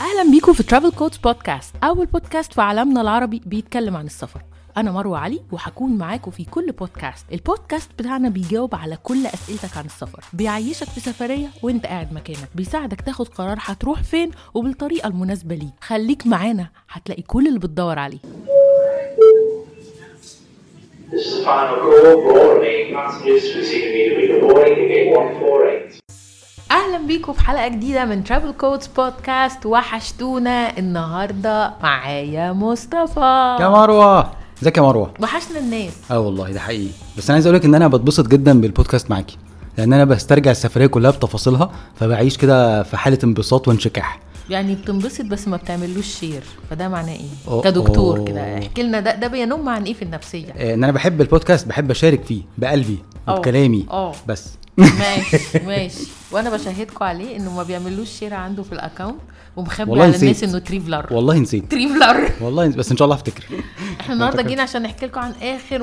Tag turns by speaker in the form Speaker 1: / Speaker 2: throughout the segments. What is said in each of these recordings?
Speaker 1: اهلا بيكم في ترافل كودز بودكاست اول بودكاست في عالمنا العربي بيتكلم عن السفر انا مروه علي وهكون معاكم في كل بودكاست البودكاست بتاعنا بيجاوب على كل اسئلتك عن السفر بيعيشك في سفريه وانت قاعد مكانك بيساعدك تاخد قرار هتروح فين وبالطريقه المناسبه ليك خليك معانا هتلاقي كل اللي بتدور عليه
Speaker 2: This is final call for all remaining passengers receiving immediately boarding in gate 148.
Speaker 1: اهلا بيكم في حلقه جديده من ترافل كودز بودكاست وحشتونا النهارده معايا
Speaker 3: يا
Speaker 1: مصطفى
Speaker 3: مروه ازيك يا مروه
Speaker 1: وحشنا الناس
Speaker 3: اه والله ده حقيقي بس انا عايز اقول لك ان انا بتبسط جدا بالبودكاست معاكي لان انا بسترجع السفريه كلها بتفاصيلها فبعيش كده في حاله انبساط وانشكاح اه
Speaker 1: يعني بتنبسط بس ما بتعملوش شير فده معناه ايه
Speaker 3: أوه.
Speaker 1: كدكتور كده احكي لنا ده ده بينم عن ايه في النفسيه
Speaker 3: آه، ان انا بحب البودكاست بحب اشارك فيه بقلبي
Speaker 1: أه.
Speaker 3: وبكلامي
Speaker 1: أه.
Speaker 3: بس
Speaker 1: ماشي ماشي وانا بشهدكم عليه انه ما بيعملوش شير عنده في الاكونت ومخبي
Speaker 3: والله
Speaker 1: على
Speaker 3: نسيت.
Speaker 1: الناس انه تريفلر
Speaker 3: والله نسيت
Speaker 1: تريفلر
Speaker 3: والله نسيت. بس ان شاء الله افتكر
Speaker 1: احنا النهارده
Speaker 3: افتكرت.
Speaker 1: جينا عشان نحكي لكم عن اخر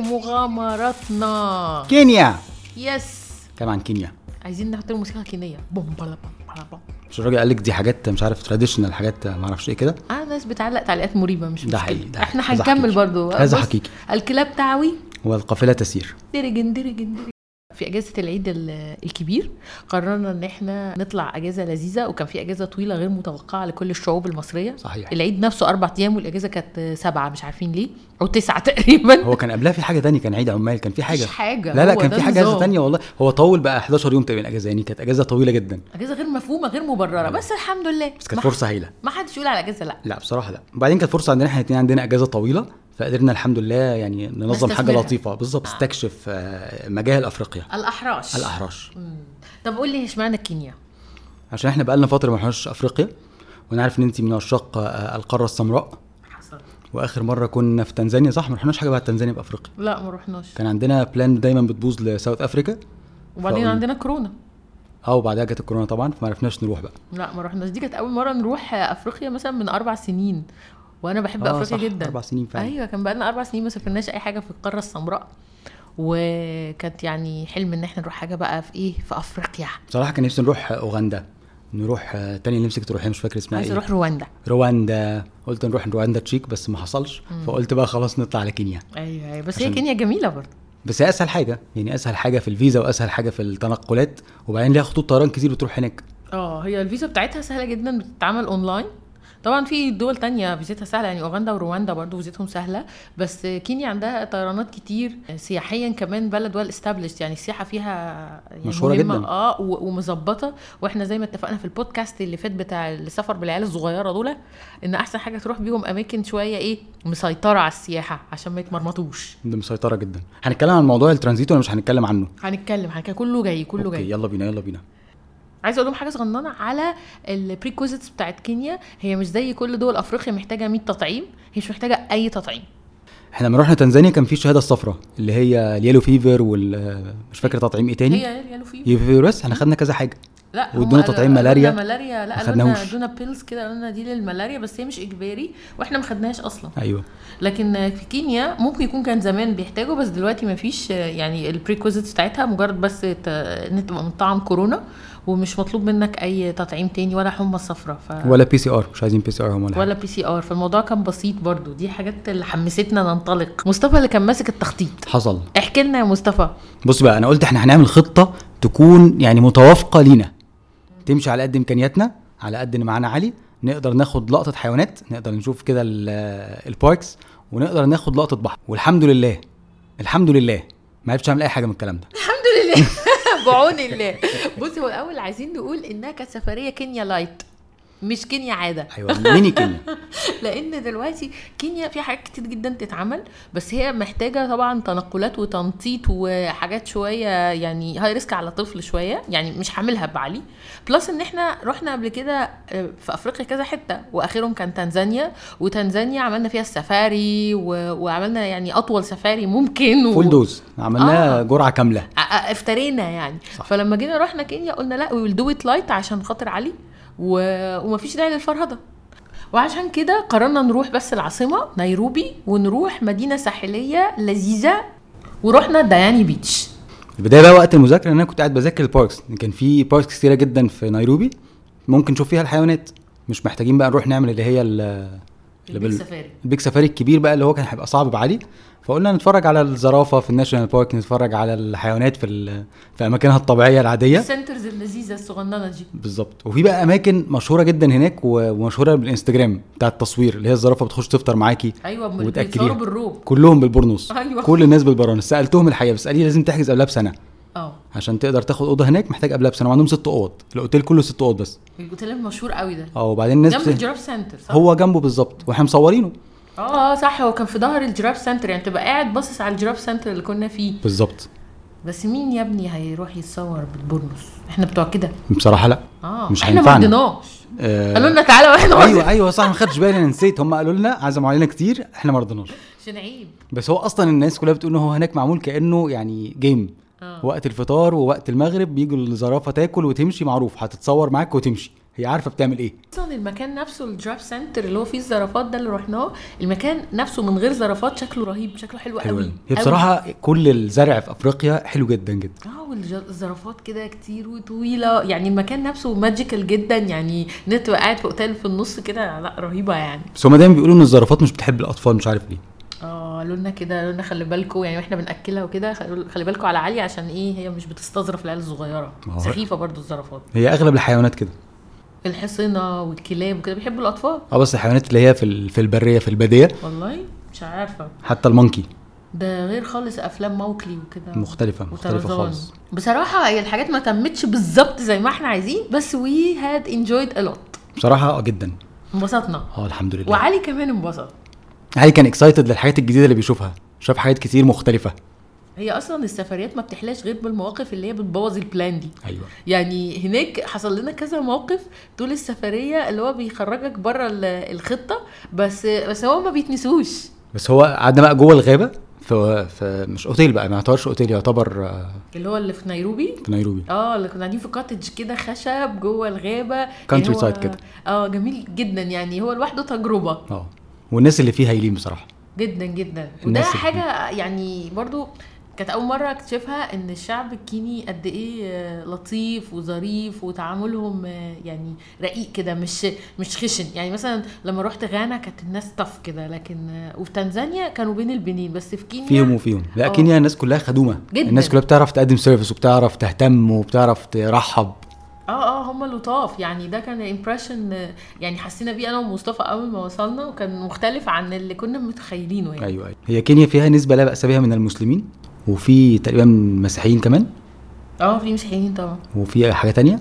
Speaker 1: مغامراتنا
Speaker 3: كينيا
Speaker 1: يس
Speaker 3: طبعا كينيا
Speaker 1: عايزين نحط له موسيقى كينيه بوم بلا بوم بلا بوم
Speaker 3: مش الراجل قال لك دي حاجات مش عارف تراديشنال حاجات ما اعرفش ايه كده
Speaker 1: اه ناس بتعلق تعليقات مريبه مش
Speaker 3: ده
Speaker 1: مشكله
Speaker 3: حقيقي، ده
Speaker 1: احنا
Speaker 3: حقيقي. هذا
Speaker 1: هنكمل
Speaker 3: حقيقي.
Speaker 1: برضو
Speaker 3: هذا
Speaker 1: بص،
Speaker 3: حقيقي.
Speaker 1: الكلاب تعوي
Speaker 3: والقافله تسير
Speaker 1: درجن درجن درجن في اجازه العيد ال- الكبير قررنا ان احنا نطلع اجازه لذيذه وكان في اجازه طويله غير متوقعه لكل الشعوب المصريه
Speaker 3: صحيح.
Speaker 1: العيد نفسه اربع ايام والاجازه كانت سبعه مش عارفين ليه او تسعه تقريبا
Speaker 3: هو كان قبلها في حاجه تانية كان عيد عمال كان في حاجه
Speaker 1: مفيش حاجة،
Speaker 3: لا لا
Speaker 1: هو
Speaker 3: كان
Speaker 1: ده
Speaker 3: في حاجه
Speaker 1: النظام.
Speaker 3: تانية والله هو طول بقى 11 يوم تقريبا اجازه يعني كانت اجازه طويله جدا
Speaker 1: اجازه غير مفهومه غير مبرره بس الحمد لله
Speaker 3: أيوة. بس كانت
Speaker 1: ما-
Speaker 3: فرصه هايله
Speaker 1: ما حدش يقول على اجازه لا
Speaker 3: لا بصراحه لا وبعدين كانت فرصه عندنا احنا الاثنين عندنا اجازه طويله فقدرنا الحمد لله يعني ننظم حاجه
Speaker 1: نستثمرها.
Speaker 3: لطيفه بالظبط نستكشف آه، مجاهل افريقيا
Speaker 1: الاحراش
Speaker 3: الاحراش
Speaker 1: طب قول لي اشمعنى كينيا
Speaker 3: عشان احنا بقالنا فتره ما رحناش افريقيا وانا عارف ان انت من عشاق آه، القاره السمراء
Speaker 1: حصل
Speaker 3: واخر مره كنا في تنزانيا صح ما رحناش حاجه بعد تنزانيا بافريقيا
Speaker 1: لا ما رحناش
Speaker 3: كان عندنا بلان دايما بتبوظ لساوث افريكا
Speaker 1: وبعدين
Speaker 3: فقول-
Speaker 1: عندنا كورونا
Speaker 3: اه وبعدها جت الكورونا طبعا فما عرفناش نروح بقى
Speaker 1: لا ما رحناش دي كانت اول مره نروح افريقيا مثلا من اربع سنين وانا بحب
Speaker 3: آه،
Speaker 1: افريقيا
Speaker 3: صح،
Speaker 1: جدا
Speaker 3: أربع سنين فعلا.
Speaker 1: ايوه كان بقالنا اربع سنين ما سافرناش اي حاجه في القاره السمراء وكانت يعني حلم ان احنا نروح حاجه بقى في ايه في افريقيا
Speaker 3: بصراحه كان نفسي نروح اوغندا نروح آه، تاني اللي نفسك تروحيها مش فاكر اسمها
Speaker 1: عايز
Speaker 3: ايه
Speaker 1: اروح رواندا
Speaker 3: رواندا قلت نروح رواندا تشيك بس ما حصلش فقلت بقى خلاص نطلع على كينيا
Speaker 1: ايوه ايوه بس هي
Speaker 3: أيوة. عشان-
Speaker 1: كينيا جميله برضه
Speaker 3: بس هي اسهل حاجه يعني اسهل حاجه في الفيزا واسهل حاجه في التنقلات وبعدين ليها خطوط طيران كتير بتروح هناك
Speaker 1: اه هي الفيزا بتاعتها سهله جدا بتتعمل اونلاين طبعا في دول تانية فيزتها سهلة يعني أوغندا ورواندا برضو فيزتهم سهلة بس كينيا عندها طيرانات كتير سياحيا كمان بلد ويل استابلشت يعني السياحة فيها يعني
Speaker 3: مشهورة
Speaker 1: مهمة.
Speaker 3: جداً.
Speaker 1: اه و- ومظبطة واحنا زي ما اتفقنا في البودكاست اللي فات بتاع السفر بالعيال الصغيرة دول إن أحسن حاجة تروح بيهم أماكن شوية إيه مسيطرة على السياحة عشان ما يتمرمطوش
Speaker 3: دي مسيطره جدا هنتكلم عن موضوع الترانزيت ولا مش هنتكلم عنه
Speaker 1: هنتكلم هنتكلم كله جاي كله
Speaker 3: اوكي
Speaker 1: جاي
Speaker 3: يلا بينا يلا بينا
Speaker 1: عايزه اقول لهم حاجه صغننه على البريكوزيتس بتاعت كينيا هي مش زي كل دول افريقيا محتاجه 100 تطعيم هي مش محتاجه اي تطعيم
Speaker 3: احنا لما رحنا تنزانيا كان في الشهاده الصفراء اللي هي اليلو فيفر وال مش فاكر تطعيم ايه تاني
Speaker 1: هي يلو فيفر
Speaker 3: يلو فيفر بس احنا خدنا كذا حاجه
Speaker 1: لا
Speaker 3: وادونا
Speaker 1: هم
Speaker 3: تطعيم
Speaker 1: قالوا لنا
Speaker 3: ملاريا،
Speaker 1: ملاريا لا
Speaker 3: ما
Speaker 1: قالوا لنا
Speaker 3: خدناهوش.
Speaker 1: دونا بيلز كده قالوا لنا دي للملاريا بس هي مش اجباري واحنا ما خدناهاش اصلا
Speaker 3: ايوه
Speaker 1: لكن في كينيا ممكن يكون كان زمان بيحتاجوا بس دلوقتي ما فيش يعني البريكوزيتس بتاعتها مجرد بس ت- ان انت تبقى مطعم كورونا ومش مطلوب منك اي تطعيم تاني ولا حمى صفراء ف...
Speaker 3: ولا بي سي ار مش عايزين بي سي ار هم ولا حاجة.
Speaker 1: آه. ولا بي سي ار فالموضوع كان بسيط برضو دي حاجات اللي حمستنا ننطلق مصطفى اللي كان ماسك التخطيط
Speaker 3: حصل
Speaker 1: احكي لنا يا مصطفى
Speaker 3: بص بقى انا قلت احنا هنعمل خطه تكون يعني متوافقه لينا تمشي على قد امكانياتنا على قد ان معانا علي نقدر ناخد لقطه حيوانات نقدر نشوف كده ال- الباركس ونقدر ناخد لقطه بحر والحمد لله الحمد لله ما عرفتش اعمل اي حاجه من الكلام ده
Speaker 1: الحمد لله بعون الله بص هو الاول عايزين نقول انها كانت سفريه كينيا لايت مش كينيا عاده
Speaker 3: ايوه ميني كينيا
Speaker 1: لان دلوقتي كينيا فيها حاجات كتير جدا تتعمل بس هي محتاجه طبعا تنقلات وتنطيط وحاجات شويه يعني هاي ريسك على طفل شويه يعني مش هعملها بعلي بلس ان احنا رحنا قبل كده آه، في افريقيا كذا حته واخرهم كان تنزانيا وتنزانيا عملنا فيها السفاري و... وعملنا يعني اطول سفاري ممكن و...
Speaker 3: فول دوز عملناه
Speaker 1: آه.
Speaker 3: جرعه كامله
Speaker 1: ا- ا- افترينا يعني صح. فلما جينا رحنا كينيا قلنا لا ويل دو ات لايت عشان خاطر علي و... ومفيش داعي للفرهده وعشان كده قررنا نروح بس العاصمه نيروبي ونروح مدينه ساحليه لذيذه ورحنا دياني بيتش
Speaker 3: البدايه بقى وقت المذاكره ان انا كنت قاعد بذاكر الباركس كان في باركس كتيره جدا في نيروبي ممكن نشوف فيها الحيوانات مش محتاجين بقى نروح نعمل اللي هي ال- اللي
Speaker 1: البيك
Speaker 3: بال-
Speaker 1: سفاري
Speaker 3: البيج سفاري الكبير بقى اللي هو كان هيبقى صعب بعلي فقلنا نتفرج على الزرافه في الناشونال بارك نتفرج على الحيوانات في ال- في اماكنها الطبيعيه العاديه
Speaker 1: السنترز اللذيذه الصغننه دي
Speaker 3: بالظبط وفي بقى اماكن مشهوره جدا هناك و- ومشهوره بالانستجرام بتاع التصوير اللي هي الزرافه بتخش تفطر معاكي
Speaker 1: ايوه بم-
Speaker 3: وتأكليها.
Speaker 1: بيتصوروا بالروب
Speaker 3: كلهم بالبرنوس
Speaker 1: أيوة.
Speaker 3: كل الناس بالبرانس سالتهم الحقيقه بس قال لي لازم تحجز قبلها بسنه
Speaker 1: اه
Speaker 3: عشان تقدر تاخد اوضه هناك محتاج قبلها بسنه وعندهم ست اوض الاوتيل كله ست اوض بس
Speaker 1: الأوتيل المشهور قوي ده
Speaker 3: اه وبعدين الناس
Speaker 1: جنب
Speaker 3: بت-
Speaker 1: الجراب سنتر صح؟
Speaker 3: هو جنبه بالظبط واحنا مصورينه
Speaker 1: اه اه صح هو كان في ظهر الجراب سنتر يعني تبقى قاعد باصص على الجراب سنتر اللي كنا فيه
Speaker 3: بالظبط
Speaker 1: بس مين يا ابني هيروح يتصور بالبورنوس احنا بتوع كده
Speaker 3: بصراحه لا
Speaker 1: اه
Speaker 3: مش
Speaker 1: احنا ما
Speaker 3: هينفعنا.
Speaker 1: رضيناش
Speaker 3: آه،
Speaker 1: قالوا لنا تعالى واحنا ما
Speaker 3: ايوه ايوه صح ما خدتش بالي انا نسيت هم قالوا لنا عزموا علينا كتير احنا ما رضيناش
Speaker 1: عشان عيب
Speaker 3: بس هو اصلا الناس كلها بتقول ان هو هناك معمول كانه يعني جيم
Speaker 1: آه.
Speaker 3: وقت الفطار ووقت المغرب بيجوا الزرافه تاكل وتمشي معروف هتتصور معاك وتمشي هي عارفه بتعمل ايه
Speaker 1: اصلا المكان نفسه الدراب سنتر اللي هو فيه الزرافات ده اللي رحناه المكان نفسه من غير زرافات شكله رهيب شكله حلو قوي
Speaker 3: يعني. هي
Speaker 1: قوي.
Speaker 3: بصراحه كل الزرع في افريقيا حلو جدا جدا
Speaker 1: اه والزرافات كده كتير وطويله يعني المكان نفسه ماجيكال جدا يعني ان انت تبقى قاعد في اوتيل في النص كده لا رهيبه يعني
Speaker 3: بس هم دايما بيقولوا ان الزرافات مش بتحب الاطفال مش عارف ليه
Speaker 1: اه قالوا لنا كده قالوا لنا خلي بالكم يعني واحنا بناكلها وكده خلوا- خلي بالكم على علي عشان ايه هي مش بتستظرف العيال الصغيره
Speaker 3: آه.
Speaker 1: سخيفه برضو الزرافات
Speaker 3: هي اغلب الحيوانات كده
Speaker 1: الحصينه والكلاب وكده بيحبوا الاطفال
Speaker 3: اه بس الحيوانات اللي هي في ال- في البريه في الباديه
Speaker 1: والله مش عارفه
Speaker 3: حتى المونكي
Speaker 1: ده غير خالص افلام موكلي وكده
Speaker 3: مختلفه مختلفه
Speaker 1: وطرزان.
Speaker 3: خالص
Speaker 1: بصراحه هي الحاجات ما تمتش بالظبط زي ما احنا عايزين بس وي هاد انجويد ا لوت
Speaker 3: بصراحه اه جدا
Speaker 1: انبسطنا
Speaker 3: اه الحمد لله
Speaker 1: وعلي كمان انبسط
Speaker 3: علي كان اكسايتد للحاجات الجديده اللي بيشوفها شاف حاجات كتير مختلفه
Speaker 1: هي اصلا السفريات ما بتحلاش غير بالمواقف اللي هي بتبوظ البلان دي
Speaker 3: ايوه
Speaker 1: يعني هناك حصل لنا كذا موقف طول السفريه اللي هو بيخرجك بره الخطه بس بس هو ما بيتنسوش
Speaker 3: بس هو قعدنا بقى جوه الغابه في, في مش اوتيل بقى ما يعتبرش اوتيل يعتبر آه،
Speaker 1: اللي هو اللي في نيروبي
Speaker 3: في نيروبي
Speaker 1: اه اللي كنا قاعدين في كاتج كده خشب جوه الغابه
Speaker 3: Country
Speaker 1: يعني هو-
Speaker 3: side كده.
Speaker 1: اه جميل جدا يعني هو لوحده تجربه
Speaker 3: اه والناس اللي فيه هايلين بصراحه
Speaker 1: جدا جدا وده
Speaker 3: الناس اللي-
Speaker 1: حاجه يعني برضو كانت اول مره اكتشفها ان الشعب الكيني قد ايه آه، لطيف وظريف وتعاملهم آه، يعني رقيق كده مش مش خشن يعني مثلا لما رحت غانا كانت الناس طف كده لكن آه، وفي تنزانيا كانوا بين البنين بس في كينيا
Speaker 3: فيهم وفيهم لا
Speaker 1: آه.
Speaker 3: كينيا الناس كلها خدومه
Speaker 1: جداً.
Speaker 3: الناس كلها بتعرف تقدم سيرفيس وبتعرف تهتم وبتعرف ترحب
Speaker 1: اه اه هم لطاف يعني ده كان امبريشن يعني حسينا بيه انا ومصطفى اول ما وصلنا وكان مختلف عن اللي كنا متخيلينه يعني
Speaker 3: ايوه ايوه هي كينيا فيها نسبه لا باس بها من المسلمين وفي تقريبا مسيحيين كمان
Speaker 1: اه في مسيحيين طبعا
Speaker 3: وفي حاجه تانية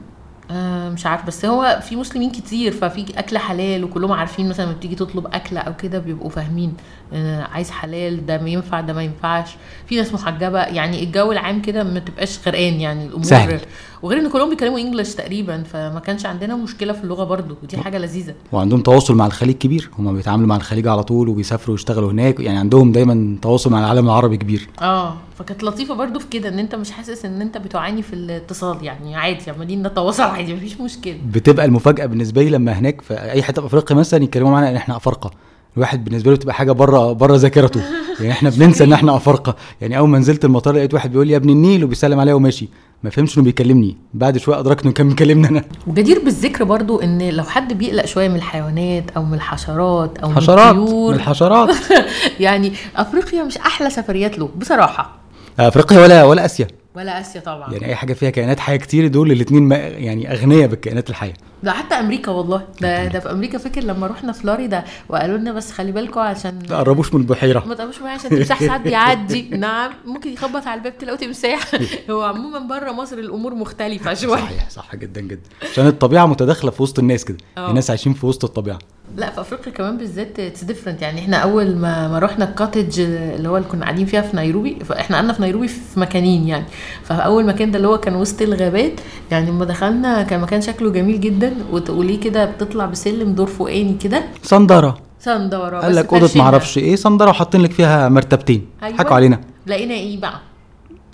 Speaker 1: آه مش عارف بس هو في مسلمين كتير ففي اكل حلال وكلهم عارفين مثلا لما بتيجي تطلب اكل او كده بيبقوا فاهمين آه عايز حلال ده ما ينفع ده ما ينفعش في ناس محجبه يعني الجو العام كده ما تبقاش غرقان يعني الامور
Speaker 3: سهل.
Speaker 1: وغير ان كلهم بيتكلموا انجلش تقريبا فما كانش عندنا مشكله في اللغه برضو ودي حاجه لذيذه
Speaker 3: وعندهم تواصل مع الخليج كبير هم بيتعاملوا مع الخليج على طول وبيسافروا ويشتغلوا هناك يعني عندهم دايما تواصل مع العالم العربي كبير
Speaker 1: اه فكانت لطيفه برضو في كده ان انت مش حاسس ان انت بتعاني في الاتصال يعني عادي عمالين نتواصل عادي مفيش مشكله
Speaker 3: بتبقى المفاجاه بالنسبه لي لما هناك في اي حته في افريقيا مثلا يتكلموا معانا ان احنا افارقه الواحد بالنسبه له بتبقى حاجه بره بره ذاكرته يعني احنا بننسى ان احنا افارقه يعني اول ما نزلت المطار لقيت واحد بيقول لي يا ابن النيل وبيسلم عليا وماشي ما فهمش انه بيكلمني بعد شويه ادركت انه كان بيكلمني انا
Speaker 1: وجدير بالذكر برضو ان لو حد بيقلق شويه من الحيوانات او من الحشرات او
Speaker 3: حشرات
Speaker 1: من
Speaker 3: من
Speaker 1: الطيور
Speaker 3: الحشرات
Speaker 1: يعني افريقيا مش احلى سفريات له بصراحه
Speaker 3: افريقيا ولا ولا اسيا
Speaker 1: ولا اسيا طبعا
Speaker 3: يعني اي حاجه فيها كائنات حيه كتير دول الاثنين يعني اغنياء بالكائنات الحيه
Speaker 1: ده حتى امريكا والله
Speaker 3: يعني-
Speaker 1: ده ده في امريكا فاكر لما رحنا فلوريدا وقالوا لنا بس خلي بالكم عشان
Speaker 3: ما تقربوش من البحيره
Speaker 1: ما تقربوش معايا عشان تمساح ساعات بيعدي نعم ممكن يخبط على الباب تلاقوا تمساح هو عموما بره مصر الامور مختلفه شويه
Speaker 3: صحيح صح جدا جدا عشان الطبيعه متداخله في وسط الناس كده
Speaker 1: آه.
Speaker 3: الناس عايشين في وسط الطبيعه
Speaker 1: لا في افريقيا كمان بالذات اتس ديفرنت يعني احنا اول ما ما رحنا الكاتج اللي هو اللي كنا قاعدين فيها في نيروبي فاحنا قعدنا في نيروبي في مكانين يعني فاول مكان ده اللي هو كان وسط الغابات يعني لما دخلنا كان مكان شكله جميل جدا وت- وليه كده بتطلع بسلم دور فوقاني كده
Speaker 3: صندره
Speaker 1: صندوره
Speaker 3: قال
Speaker 1: بس
Speaker 3: لك اوضه
Speaker 1: فرشنا.
Speaker 3: معرفش ايه صندره وحاطين لك فيها مرتبتين
Speaker 1: أيوة.
Speaker 3: حكوا علينا
Speaker 1: لقينا ايه بقى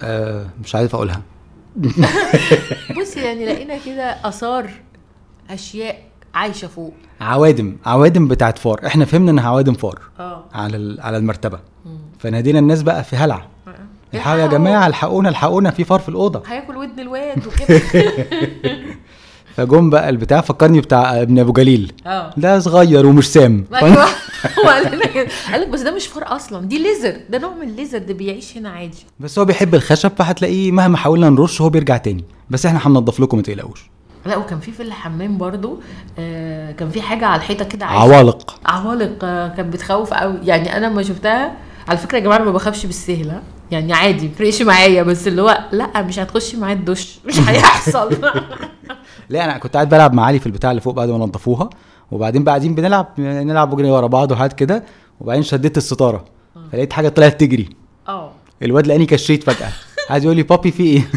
Speaker 3: آه مش عارف اقولها
Speaker 1: بص يعني لقينا كده اثار اشياء عايشه فوق
Speaker 3: عوادم عوادم بتاعت فار احنا فهمنا انها عوادم فار
Speaker 1: اه
Speaker 3: على ال- على المرتبه فنادينا الناس بقى في هلع الحقوا
Speaker 1: الحقوا.
Speaker 3: يا جماعه الحقونا الحقونا في فار في الاوضه
Speaker 1: هياكل ودن الواد وكده
Speaker 3: فجم بقى البتاع فكرني بتاع ابن ابو جليل
Speaker 1: اه
Speaker 3: ده صغير ومش سام
Speaker 1: ايوه هو قال لنا كده قال لك بس ده مش فار اصلا دي ليزر ده نوع من الليزر ده بيعيش هنا عادي
Speaker 3: بس هو بيحب الخشب فهتلاقيه مهما حاولنا نرش هو بيرجع تاني بس احنا هننضف لكم ما تقلقوش
Speaker 1: لا وكان في في الحمام برضو آه كان في حاجه على الحيطه كده عايزة-
Speaker 3: عوالق
Speaker 1: عوالق آه، كانت بتخوف قوي يعني انا لما شفتها على فكره يا جماعه انا ما بخافش بالسهل ها؟ يعني عادي ما بيفرقش معايا بس اللي هو لا مش هتخشي معايا الدش مش هيحصل
Speaker 3: لا انا كنت قاعد بلعب مع علي في البتاع اللي فوق بعد ما نضفوها وبعدين بقى قاعدين بنلعب نلعب وجري ورا بعض وحاجات كده وبعدين شديت الستاره فلقيت حاجه طلعت تجري
Speaker 1: اه
Speaker 3: الواد لقاني كشيت فجاه عايز يقول لي بابي في ايه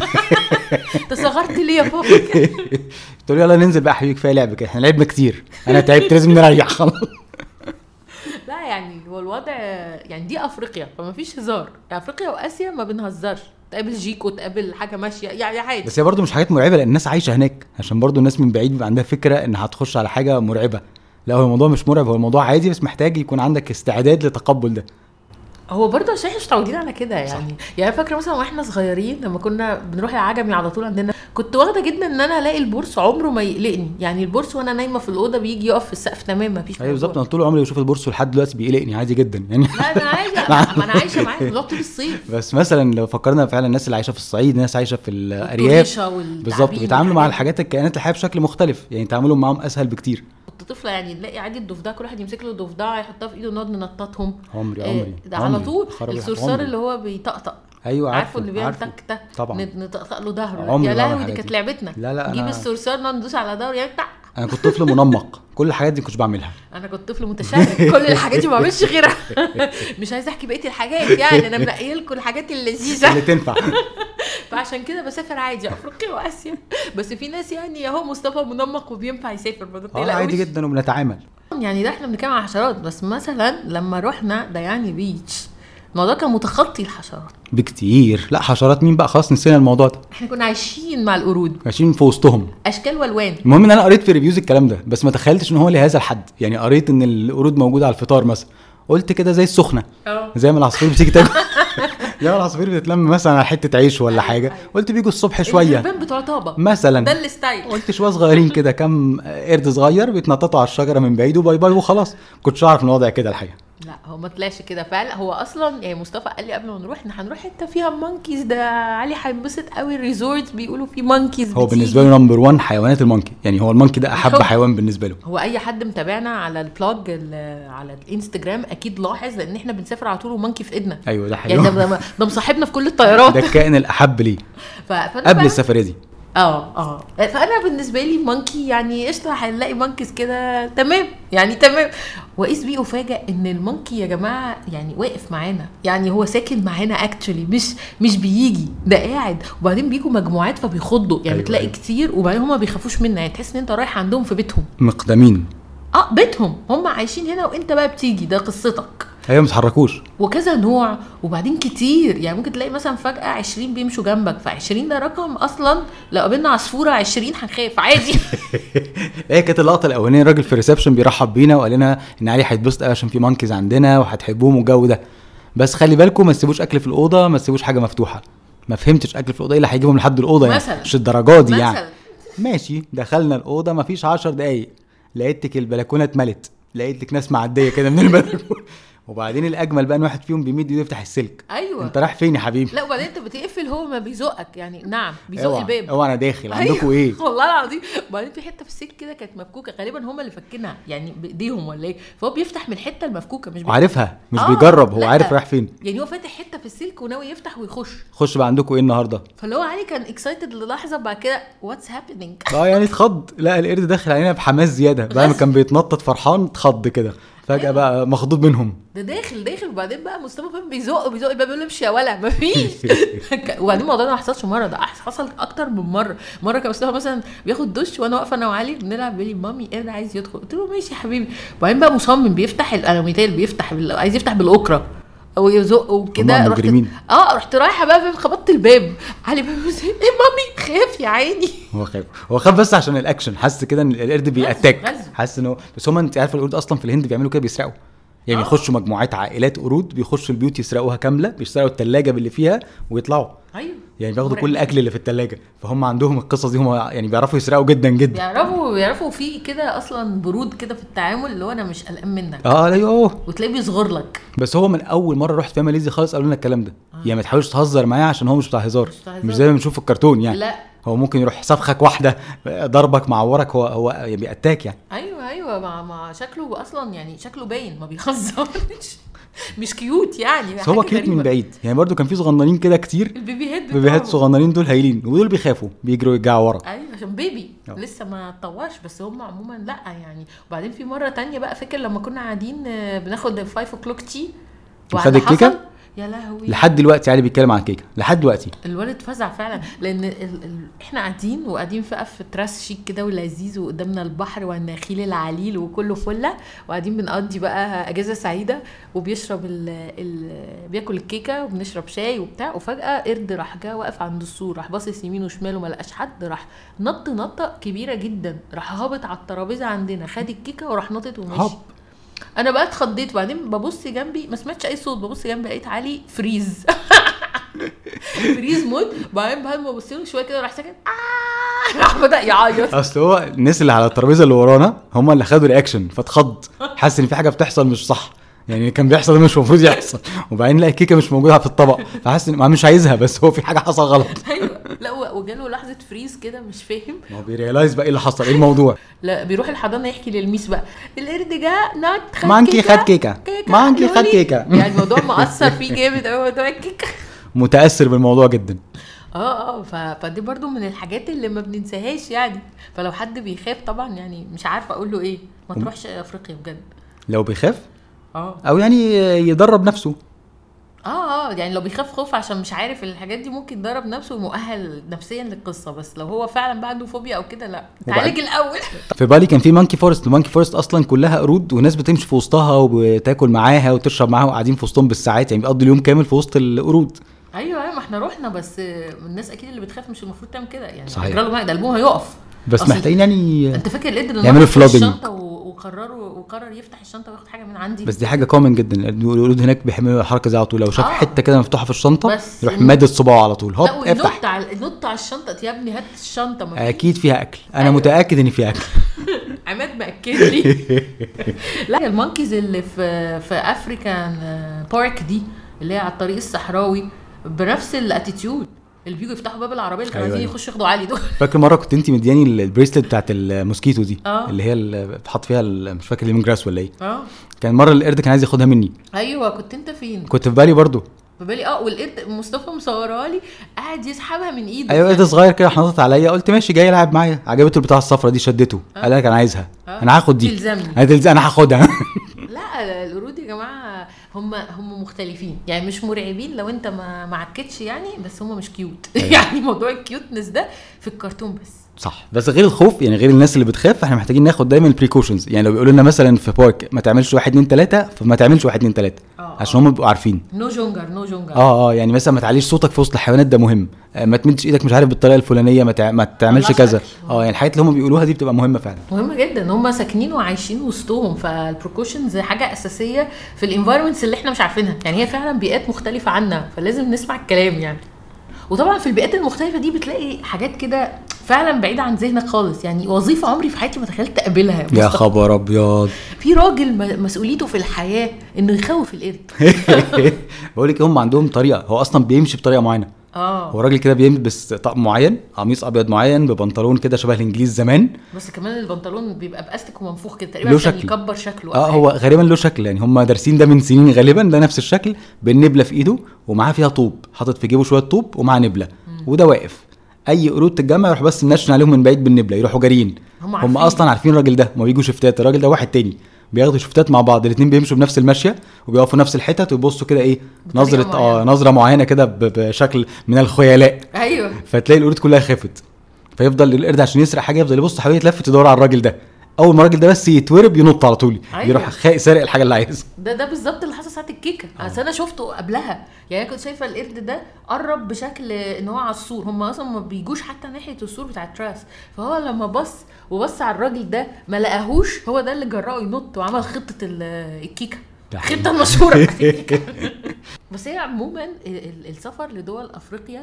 Speaker 1: انت صغرت ليه يا بابا
Speaker 3: قلت له يلا ننزل بقى يا حبيبي كفايه لعب كده احنا لعبنا كتير انا تعبت لازم نريح خلاص
Speaker 1: لا يعني هو الوضع يعني دي افريقيا فما فيش هزار يعني افريقيا واسيا ما بنهزرش تقابل جيكو تقابل حاجه ماشيه يعني عادي
Speaker 3: بس هي برضه مش حاجات مرعبه لان الناس عايشه هناك عشان برضه الناس من بعيد بيبقى عندها فكره ان هتخش على حاجه مرعبه لا هو الموضوع مش مرعب هو الموضوع عادي بس محتاج يكون عندك استعداد لتقبل ده
Speaker 1: هو برضه عشان احنا مش متعودين على كده يعني يعني فاكره مثلا واحنا صغيرين لما كنا بنروح العجمي على طول عندنا كنت واخده جدا ان انا الاقي البورس عمره ما يقلقني يعني البورس وانا نايمه في الاوضه بيجي يقف في السقف تمام ما فيش
Speaker 3: ايوه بالظبط انا طول عمري بشوف البورصه لحد دلوقتي بيقلقني عادي جدا يعني
Speaker 1: لا ده انا عايزه ما انا عايشه معاك بالظبط طول الصيف
Speaker 3: بس مثلا لو فكرنا فعلا الناس اللي عايشه في الصعيد الناس عايشه في الارياف
Speaker 1: والطريشة والتعابين
Speaker 3: بالظبط بيتعاملوا مع
Speaker 1: والحاجات دي.
Speaker 3: الحاجات الكائنات الحيه بشكل مختلف يعني تعاملهم معاهم اسهل بكتير
Speaker 1: كنت طفله يعني نلاقي عادي الضفدع كل واحد يمسك له ضفدعه يحطها في ايده ونقعد ننططهم
Speaker 3: عمري
Speaker 1: إيه،
Speaker 3: عمري
Speaker 1: ده على
Speaker 3: عمري.
Speaker 1: طول
Speaker 3: خرب الحياة.
Speaker 1: الصرصار
Speaker 3: عمري.
Speaker 1: اللي هو بيطقطق
Speaker 3: ايوه
Speaker 1: عارفه اللي بيعمل
Speaker 3: عارفه.
Speaker 1: تك تك
Speaker 3: طبعا
Speaker 1: نت- نطقطق له ظهره
Speaker 3: عمري
Speaker 1: يا
Speaker 3: ما بعمل
Speaker 1: لهوي دي
Speaker 3: الحاجات
Speaker 1: كانت
Speaker 3: دي.
Speaker 1: لعبتنا
Speaker 3: لا، لا،
Speaker 1: نجيب
Speaker 3: أنا-
Speaker 1: الصرصار نقعد ندوس على ظهره يعني تع.
Speaker 3: انا كنت طفل منمق كل الحاجات دي ما كنتش بعملها
Speaker 1: انا كنت طفل متشرد كل الحاجات دي ما بعملش غيرها مش عايزه احكي بقيه الحاجات يعني انا منقيه لكم الحاجات
Speaker 3: اللي
Speaker 1: اللذيذه
Speaker 3: تنفع آه،
Speaker 1: فعشان كده بسافر عادي افريقيا واسيا بس في ناس يعني اهو مصطفى منمق وبينفع يسافر ما
Speaker 3: اه عادي
Speaker 1: تقلقوش
Speaker 3: جدا وبنتعامل
Speaker 1: يعني ده احنا بنتكلم على حشرات بس مثلا لما رحنا دياني بيتش الموضوع كان متخطي الحشرات
Speaker 3: بكتير لا حشرات مين بقى خلاص نسينا الموضوع ده
Speaker 1: احنا كنا عايشين مع القرود
Speaker 3: ماشيين في وسطهم
Speaker 1: اشكال والوان
Speaker 3: المهم ان انا قريت في ريفيوز الكلام ده بس ما تخيلتش ان هو لهذا الحد يعني قريت ان القرود موجوده على الفطار مثلا قلت كده زي السخنه
Speaker 1: اه
Speaker 3: زي ما العصافير بتيجي تاكل زي ما العصافير بتتلم مثلا على حته عيش ولا
Speaker 1: أيوة،
Speaker 3: حاجه
Speaker 1: أيوة.
Speaker 3: قلت بيجوا الصبح شويه
Speaker 1: الشبان بتوع طابه ده
Speaker 3: مثلا
Speaker 1: الستايل
Speaker 3: قلت شويه صغيرين كده كام قرد صغير بيتنططوا على الشجره من بعيد وباي باي وخلاص كنتش اعرف ان الوضع كده الحقيقه
Speaker 1: لا هو ما طلعش كده فعلا هو اصلا يعني مصطفى قال لي قبل ما نروح ان هنروح حته فيها مونكيز ده علي هينبسط قوي الريزورت بيقولوا فيه مونكيز
Speaker 3: هو بالنسبه له نمبر 1 حيوانات المونكي يعني هو المونكي ده احب
Speaker 1: الحب.
Speaker 3: حيوان بالنسبه له
Speaker 1: هو اي حد متابعنا على البلوج ال- على الانستجرام اكيد لاحظ لان احنا بنسافر على طول ومونكي في ايدنا
Speaker 3: ايوه ده
Speaker 1: يعني ده-
Speaker 3: حلو
Speaker 1: ده ده مصاحبنا في كل
Speaker 3: ده
Speaker 1: الطيارات
Speaker 3: الكائن الاحب ليه
Speaker 1: ف- فأنا
Speaker 3: قبل
Speaker 1: فعلاً-
Speaker 3: السفريه دي
Speaker 1: اه اه فانا بالنسبه لي مونكي يعني قشطه هنلاقي مونكيز كده تمام يعني تمام واذ بي افاجئ ان المونكي يا جماعه يعني واقف معانا يعني هو ساكن معانا اكشولي مش مش بيجي ده قاعد وبعدين بيجوا مجموعات فبيخضوا يعني
Speaker 3: أيوة،
Speaker 1: أيوة بتلاقي
Speaker 3: أيوة.
Speaker 1: أيوة. كتير وبعدين هما بيخافوش منك يعني تحس ان انت رايح عندهم في بيتهم
Speaker 3: مقدمين
Speaker 1: اه بيتهم هما عايشين هنا وانت بقى بتيجي ده قصتك
Speaker 3: ايوه ما اتحركوش
Speaker 1: وكذا نوع وبعدين كتير يعني ممكن تلاقي مثلا فجأة 20 بيمشوا جنبك ف 20 ده رقم أصلا لو قابلنا عصفورة 20 هنخاف عادي
Speaker 3: هي إيه، كانت اللقطه الاولانيه الراجل في الريسبشن بيرحب بينا وقال لنا ان علي هيتبسط قوي عشان في مانكيز عندنا وهتحبوهم والجو ده بس خلي بالكم ما تسيبوش اكل في الاوضه ما تسيبوش حاجه مفتوحه ما فهمتش اكل في الاوضه ايه اللي هيجيبهم لحد الاوضه يعني
Speaker 1: مثلاً.
Speaker 3: مش الدرجات دي يعني
Speaker 1: مثلا
Speaker 3: ماشي دخلنا الاوضه ما فيش 10 دقايق لقيتك البلكونه اتملت لقيتك ناس معديه كده من البلكونه وبعدين الاجمل بقى ان واحد فيهم بيمد ايده يفتح السلك
Speaker 1: أيوه
Speaker 3: انت رايح فين يا حبيبي
Speaker 1: لا وبعدين أنت بتقفل هو ما بيزقك يعني نعم بيزق
Speaker 3: اوعى
Speaker 1: الباب أيوة.
Speaker 3: اوعى انا داخل عندكم ايه
Speaker 1: والله العظيم وبعدين في حته في السلك كده كانت مفكوكه غالبا هم اللي فكينها يعني بايديهم ولا ايه فهو بيفتح من الحته المفكوكه مش بي...
Speaker 3: عارفها مش
Speaker 1: آه،
Speaker 3: بيجرب هو
Speaker 1: لأ.
Speaker 3: عارف رايح فين
Speaker 1: يعني هو فاتح حته في السلك وناوي يفتح ويخش
Speaker 3: خش بقى عندكم ايه النهارده
Speaker 1: فاللي هو علي كان اكسايتد للحظه بعد كده واتس هابينج
Speaker 3: اه يعني اتخض لا القرد داخل علينا بحماس زياده بعد ما كان بيتنطط فرحان اتخض كده فجاه بقى مخضوض منهم
Speaker 1: ده داخل داخل وبعدين بقى مصطفى فاهم بيزق بيزق الباب يقول له امشي يا ولا مفيش وبعدين الموضوع ده ما حصلش مره ده حصل اكتر من مره مره كان مصطفى مثلا بياخد دش وانا واقفه انا وعلي بنلعب بيقول لي مامي انا عايز يدخل قلت له ماشي يا حبيبي وبعدين بقى مصمم بيفتح الالوميتال بيفتح بال- عايز يفتح بالاكره او يزق وكده
Speaker 3: هم
Speaker 1: رحت
Speaker 3: مجرمين.
Speaker 1: اه رحت رايحه بقى فاهم خبطت الباب علي بقى بيقول لي، ايه مامي خاف يا عيني
Speaker 3: هو خايف هو خاف بس عشان الاكشن حاسس كده ان القرد بيأتاك
Speaker 1: غزو.
Speaker 3: حاسس ان هو بس هم انت عارف القرود اصلا في الهند بيعملوا كده بيسرقوا يعني
Speaker 1: آه.
Speaker 3: يخشوا مجموعات عائلات قرود بيخشوا البيوت يسرقوها كامله بيسرقوا الثلاجه باللي فيها ويطلعوا
Speaker 1: ايوه
Speaker 3: يعني بياخدوا
Speaker 1: مرعب.
Speaker 3: كل الاكل اللي في الثلاجه فهم عندهم القصص دي هم يعني بيعرفوا يسرقوا جدا جدا
Speaker 1: بيعرفوا بيعرفوا في كده اصلا برود كده في التعامل اللي هو انا مش قلقان منك
Speaker 3: اه ايوه
Speaker 1: وتلاقيه بيصغر لك
Speaker 3: بس هو من اول مره رحت فيها ماليزيا خالص قالوا لنا الكلام ده يعني ما تحاولش تهزر معاه عشان هو مش بتاع هزار
Speaker 1: آه. مش بتاع هزار.
Speaker 3: مش زي ما بنشوف في الكرتون يعني
Speaker 1: لا
Speaker 3: هو ممكن يروح صفخك واحده ضربك معورك هو هو يعني بيأتاك يعني
Speaker 1: ايوه ايوه مع, مع شكله اصلا يعني شكله باين ما بيهزرش مش كيوت يعني
Speaker 3: بس هو
Speaker 1: حاجة
Speaker 3: كيوت من
Speaker 1: غريبة.
Speaker 3: بعيد يعني برضو كان في صغننين كده كتير
Speaker 1: البيبي هيد
Speaker 3: بيبيهات
Speaker 1: بتوعهم.
Speaker 3: صغننين دول هايلين ودول بيخافوا بيجروا يرجعوا ورا
Speaker 1: ايوه عشان بيبي
Speaker 3: أه.
Speaker 1: لسه ما اتطورش بس هم عموما لا يعني وبعدين في مره تانية بقى فاكر لما كنا قاعدين آه، بناخد 5 o'clock تي وعند
Speaker 3: وخد الكيكة؟
Speaker 1: حسن، يا لهوي
Speaker 3: لحد دلوقتي علي بيتكلم عن الكيكه لحد دلوقتي
Speaker 1: الولد فزع فعلا لان ال... ال... احنا قاعدين وقاعدين في قف تراس شيك كده ولذيذ وقدامنا البحر والنخيل العليل وكله فله وقاعدين بنقضي بقى اجازه سعيده وبيشرب ال... ال... بياكل الكيكه وبنشرب شاي وبتاع وفجاه قرد راح جه واقف عند السور راح باصص يمين وشمال وما لقاش حد راح نط نطه كبيره جدا راح هابط على الترابيزه عندنا خد الكيكه وراح نطت ومشي
Speaker 3: هوب
Speaker 1: انا بقى اتخضيت وبعدين ببص جنبي ما سمعتش اي صوت ببص جنبي لقيت علي فريز فريز موت بعدين بعد ما ببص له شويه كده راح ساكت آه! راح بدا يعيط
Speaker 3: اصل هو الناس اللي على الترابيزه اللي ورانا هم اللي خدوا رياكشن فاتخض حاسس ان في حاجه بتحصل مش صح يعني اللي كان بيحصل ده مش المفروض يحصل وبعدين لا الكيكه مش موجوده في الطبق فحاسس ان ما مش عايزها بس هو في حاجه حصل غلط
Speaker 1: ايوه لا و- وجاله لحظه فريز كده مش فاهم
Speaker 3: ما هو بيريلايز بقى ايه اللي حصل ايه الموضوع
Speaker 1: لا بيروح الحضانه يحكي للميس بقى القرد جه نط خد
Speaker 3: مانكي
Speaker 1: كيكة.
Speaker 3: خد كيكه
Speaker 1: كيكة
Speaker 3: مانكي خد
Speaker 1: لولي.
Speaker 3: كيكه
Speaker 1: يعني الموضوع مأثر فيه جامد قوي موضوع الكيكه
Speaker 3: متاثر بالموضوع جدا
Speaker 1: اه اه ف- فدي برضو من الحاجات اللي ما بننساهاش يعني فلو حد بيخاف طبعا يعني مش عارفه اقول له ايه ما
Speaker 3: هم-
Speaker 1: تروحش افريقيا بجد
Speaker 3: لو بيخاف
Speaker 1: اه
Speaker 3: او يعني يدرب نفسه
Speaker 1: اه اه يعني لو بيخاف خوف عشان مش عارف الحاجات دي ممكن يضرب نفسه ومؤهل نفسيا للقصه بس لو هو فعلا بقى عنده فوبيا او كده لا
Speaker 3: وبعد-
Speaker 1: تعالج الاول
Speaker 3: في بالي كان في مانكي فورست المانكي فورست اصلا كلها قرود وناس بتمشي في وسطها وبتاكل معاها وتشرب معاها وقاعدين في وسطهم بالساعات يعني بيقضوا اليوم كامل في وسط القرود
Speaker 1: ايوه ايوه ما احنا رحنا بس الناس اكيد اللي بتخاف مش المفروض تعمل كده يعني
Speaker 3: صحيح.
Speaker 1: اجرى له ميه ده البوم هيقف
Speaker 3: بس
Speaker 1: أصل-
Speaker 3: محتاجين يعني
Speaker 1: انت فاكر القدر اللي
Speaker 3: يعملوا
Speaker 1: نط في
Speaker 3: flooding.
Speaker 1: الشنطه و- وقرروا وقرر يفتح الشنطه وياخد حاجه من عندي
Speaker 3: بس دي حاجه كومن جدا القرود هناك بيحملوا الحركه دي على طول لو شاف
Speaker 1: آه.
Speaker 3: حته كده مفتوحه في الشنطه
Speaker 1: بس
Speaker 3: يروح
Speaker 1: إن-
Speaker 3: مادد صباعه على طول هوب
Speaker 1: لا
Speaker 3: افتح
Speaker 1: وينط على نط على الشنطه يا ابني هات الشنطه ما في-
Speaker 3: اكيد فيها اكل انا
Speaker 1: أيوة.
Speaker 3: متاكد ان فيها اكل
Speaker 1: عماد مأكد لي لا المونكيز اللي في في افريكان بارك دي اللي هي على الطريق الصحراوي بنفس الاتيتيود اللي بييجوا يفتحوا باب العربيه اللي كانوا
Speaker 3: أيوة،
Speaker 1: عايزين
Speaker 3: أيوة.
Speaker 1: يخشوا ياخدوا علي دول
Speaker 3: فاكر مره كنت انت مدياني البريسلت بتاعت الموسكيتو دي
Speaker 1: آه.
Speaker 3: اللي هي اللي بتحط فيها ال- مش فاكر ليمون جراس ولا ايه
Speaker 1: اه
Speaker 3: كان مره القرد كان عايز ياخدها مني
Speaker 1: ايوه كنت انت فين؟
Speaker 3: كنت في بالي برضو
Speaker 1: في بالي اه والقرد مصطفى مصورها لي قاعد يسحبها من ايده
Speaker 3: ايوه ده صغير كده حنطت عليا قلت ماشي جاي يلعب معايا عجبته البتاع الصفرا دي شدته قال لك انا عايزها
Speaker 1: آه.
Speaker 3: انا هاخد دي
Speaker 1: تلزمني.
Speaker 3: هتلز انا هاخدها
Speaker 1: لا القرود يا جماعه هم هم مختلفين يعني مش مرعبين لو انت ما ما عكتش يعني بس هم مش كيوت
Speaker 3: أيوة.
Speaker 1: يعني موضوع الكيوتنس ده في الكرتون بس
Speaker 3: صح بس غير الخوف يعني غير الناس اللي بتخاف احنا محتاجين ناخد دايما البريكوشنز يعني لو بيقولوا لنا مثلا في بارك ما تعملش 1 2 3 فما تعملش 1 2 3
Speaker 1: آه،
Speaker 3: عشان هم بيبقوا عارفين
Speaker 1: نو جونجر نو جونجر
Speaker 3: اه اه يعني مثلا ما تعليش صوتك في وسط الحيوانات ده مهم آه، ما تمدش ايدك مش عارف بالطريقه الفلانيه ما, تع... ما تعملش
Speaker 1: طلعش
Speaker 3: كذا
Speaker 1: أكل.
Speaker 3: اه يعني الحاجات اللي هم بيقولوها دي بتبقى مهمه فعلا
Speaker 1: مهم جدا ان هم ساكنين وعايشين وسطهم فالبروكوشنز حاجه اساسيه في الانفايرمنتس اللي احنا مش عارفينها يعني هي فعلا بيئات مختلفه عنا فلازم نسمع الكلام يعني وطبعا في البيئات المختلفه دي بتلاقي حاجات كده فعلا بعيده عن ذهنك خالص يعني وظيفه عمري في حياتي ما تخيلت اقابلها
Speaker 3: يا
Speaker 1: مستحيل.
Speaker 3: خبر ابيض
Speaker 1: في راجل م- مسؤوليته في الحياه انه يخوف القرد
Speaker 3: بقول لك إيه، هم عندهم طريقه هو اصلا بيمشي بطريقه معينه هو
Speaker 1: اه
Speaker 3: راجل كده بيلبس طقم معين قميص ابيض معين ببنطلون كده شبه الانجليز زمان
Speaker 1: بس كمان البنطلون بيبقى باستيك ومنفوخ كده تقريبا
Speaker 3: له
Speaker 1: عشان
Speaker 3: شكل.
Speaker 1: يكبر شكله أو
Speaker 3: اه
Speaker 1: حاجة.
Speaker 3: هو غالبا له شكل يعني هم دارسين ده من سنين غالبا ده نفس الشكل بالنبله في ايده ومعاه فيها طوب حاطط في جيبه شويه طوب ومعاه نبله وده واقف اي قرود تتجمع يروح بس منشن عليهم من بعيد بالنبله يروحوا جاريين
Speaker 1: هم
Speaker 3: هم
Speaker 1: عارفين.
Speaker 3: اصلا عارفين الراجل ده ما بيجوا شفتات الراجل ده واحد تاني بياخدوا شفتات مع بعض الاثنين بيمشوا بنفس المشيه وبيقفوا نفس الحتت ويبصوا كده ايه
Speaker 1: بطريقة
Speaker 3: نظره اه
Speaker 1: معينة.
Speaker 3: نظره معينه كده ب- بشكل من الخيلاء
Speaker 1: ايوه
Speaker 3: فتلاقي القرود كلها خافت فيفضل القرد عشان يسرق حاجه يفضل يبص حواليه يتلف يدور على الراجل ده اول ما الراجل ده بس يتورب ينط على طول
Speaker 1: أيوة.
Speaker 3: يروح خا- سارق الحاجه اللي عايزها
Speaker 1: ده ده بالظبط اللي حصل ساعه الكيكه
Speaker 3: اه.
Speaker 1: اصل انا شفته قبلها يعني أنا كنت شايفه القرد ده قرب بشكل ان هو على السور هم اصلا ما بيجوش حتى ناحيه السور بتاع التراس فهو لما بص وبص على الراجل ده ما لقاهوش هو ده اللي جرأه ينط وعمل خطه ال- الكيكه
Speaker 3: ده حقيقي.
Speaker 1: الخطه المشهوره بتاعت الكيكة. بس هي عموما ال- ال- السفر لدول افريقيا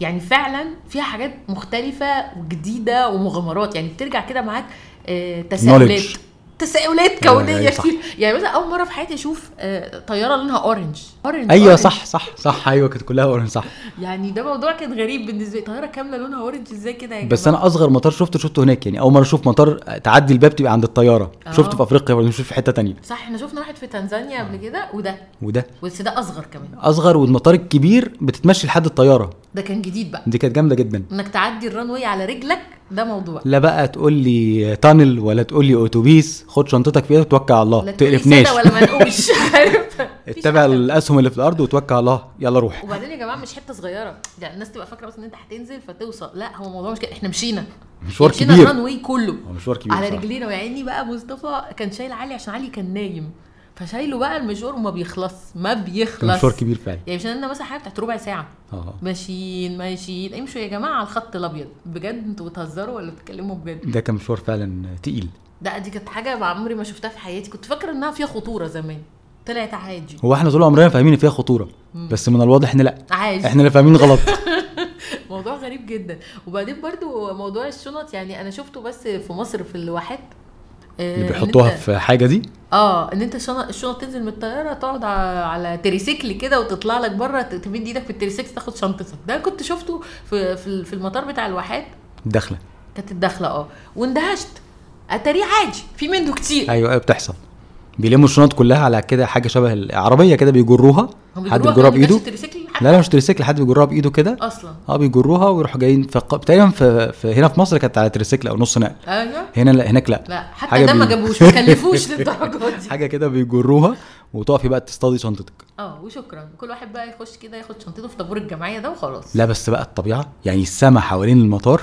Speaker 1: يعني فعلا فيها حاجات مختلفه وجديده ومغامرات يعني بترجع كده معاك آه، تساؤلات
Speaker 3: Knowledge.
Speaker 1: تساؤلات
Speaker 3: أيوة،
Speaker 1: كونيه
Speaker 3: أيوة، صح.
Speaker 1: كتير يعني مثلا اول مره في حياتي اشوف آه، طياره لونها اورنج اورنج
Speaker 3: ايوه
Speaker 1: أورنج.
Speaker 3: صح صح صح ايوه كانت كلها اورنج صح
Speaker 1: يعني ده موضوع كان غريب بالنسبه لي طياره كامله لونها اورنج ازاي كده يا
Speaker 3: بس
Speaker 1: جماعة؟
Speaker 3: انا اصغر مطار شفته شفته هناك يعني اول مره اشوف مطار تعدي الباب تبقى عند الطياره
Speaker 1: آه.
Speaker 3: شفته في افريقيا برضه شفته في حته تانية
Speaker 1: صح احنا شفنا واحد في تنزانيا قبل كده وده
Speaker 3: وده
Speaker 1: بس ده اصغر كمان
Speaker 3: اصغر والمطار الكبير بتتمشي لحد الطياره
Speaker 1: ده كان جديد بقى
Speaker 3: دي كانت جامده جدا
Speaker 1: انك تعدي الران واي على رجلك ده موضوع
Speaker 3: لا بقى تقول لي تانل ولا تقول لي اتوبيس خد شنطتك في ايدك وتوكل على الله
Speaker 1: لا
Speaker 3: ما
Speaker 1: تقولي
Speaker 3: تقرفناش
Speaker 1: سادة ولا منقوش عارف مفيش
Speaker 3: اتبع
Speaker 1: حاجة.
Speaker 3: الاسهم اللي في الارض وتوكل على الله يلا روح
Speaker 1: وبعدين يا جماعه مش حته صغيره يعني الناس تبقى فاكره بس ان انت هتنزل فتوصل لا هو الموضوع مش كده احنا مشينا
Speaker 3: مشوار
Speaker 1: مشينا
Speaker 3: كبير.
Speaker 1: الران واي كله
Speaker 3: هو مشوار كبير
Speaker 1: على
Speaker 3: بصراحة.
Speaker 1: رجلينا ويعني بقى مصطفى كان شايل علي عشان علي كان نايم فشايله بقى المشوار وما بيخلص ما
Speaker 3: كان
Speaker 1: بيخلص
Speaker 3: مشوار كبير فعلا
Speaker 1: يعني مش انا مثلا حاجه بتاعت ربع ساعه
Speaker 3: اه
Speaker 1: ماشيين ماشيين امشوا يا جماعه على الخط الابيض بجد انتوا بتهزروا ولا بتتكلموا بجد
Speaker 3: ده كان مشوار فعلا تقيل
Speaker 1: ده دي كانت حاجه ما عمري ما شفتها في حياتي كنت فاكره انها فيها خطوره زمان طلعت عادي
Speaker 3: هو احنا طول عمرنا فاهمين إن فيها خطوره بس من الواضح ان لا
Speaker 1: عادي
Speaker 3: احنا اللي فاهمين غلط
Speaker 1: موضوع غريب جدا وبعدين برضو موضوع الشنط يعني انا شفته بس في مصر في الواحات آه،
Speaker 3: اللي
Speaker 1: إن
Speaker 3: بيحطوها
Speaker 1: أنت-
Speaker 3: في حاجه دي
Speaker 1: اه ان انت الشنط الشنط تنزل من الطياره تقعد ع- على تريسيكل كده وتطلع لك بره ت- تمد ايدك في التريسيكل تاخد شنطتك ده كنت شفته في في في المطار بتاع الواحات
Speaker 3: داخله
Speaker 1: كانت الداخله اه واندهشت اتاريه عادي في منه كتير
Speaker 3: ايوه ايوه بتحصل بيلموا الشنط كلها على كده حاجه شبه العربيه كده بيجروها
Speaker 1: هم
Speaker 3: حد
Speaker 1: بيجروها كده، ما
Speaker 3: بيجرها
Speaker 1: كانش
Speaker 3: بايده
Speaker 1: تريسيكل
Speaker 3: لا لا مش تريسيكل حد بيجرها بايده كده
Speaker 1: اصلا
Speaker 3: اه بيجروها ويروحوا جايين في ق- تقريبا في, في هنا في مصر كانت على تريسيكل او نص نقل
Speaker 1: ايوه
Speaker 3: هنا لا هناك لا
Speaker 1: لا حتى
Speaker 3: حاجة
Speaker 1: ده ما
Speaker 3: بي-
Speaker 1: جابوش ما كلفوش للدرجه دي
Speaker 3: حاجه كده بيجروها وتقفي بقى تصطادي شنطتك
Speaker 1: اه وشكرا كل واحد بقى يخش كده ياخد شنطته في طابور الجمعيه ده وخلاص
Speaker 3: لا بس بقى الطبيعه يعني السما حوالين المطار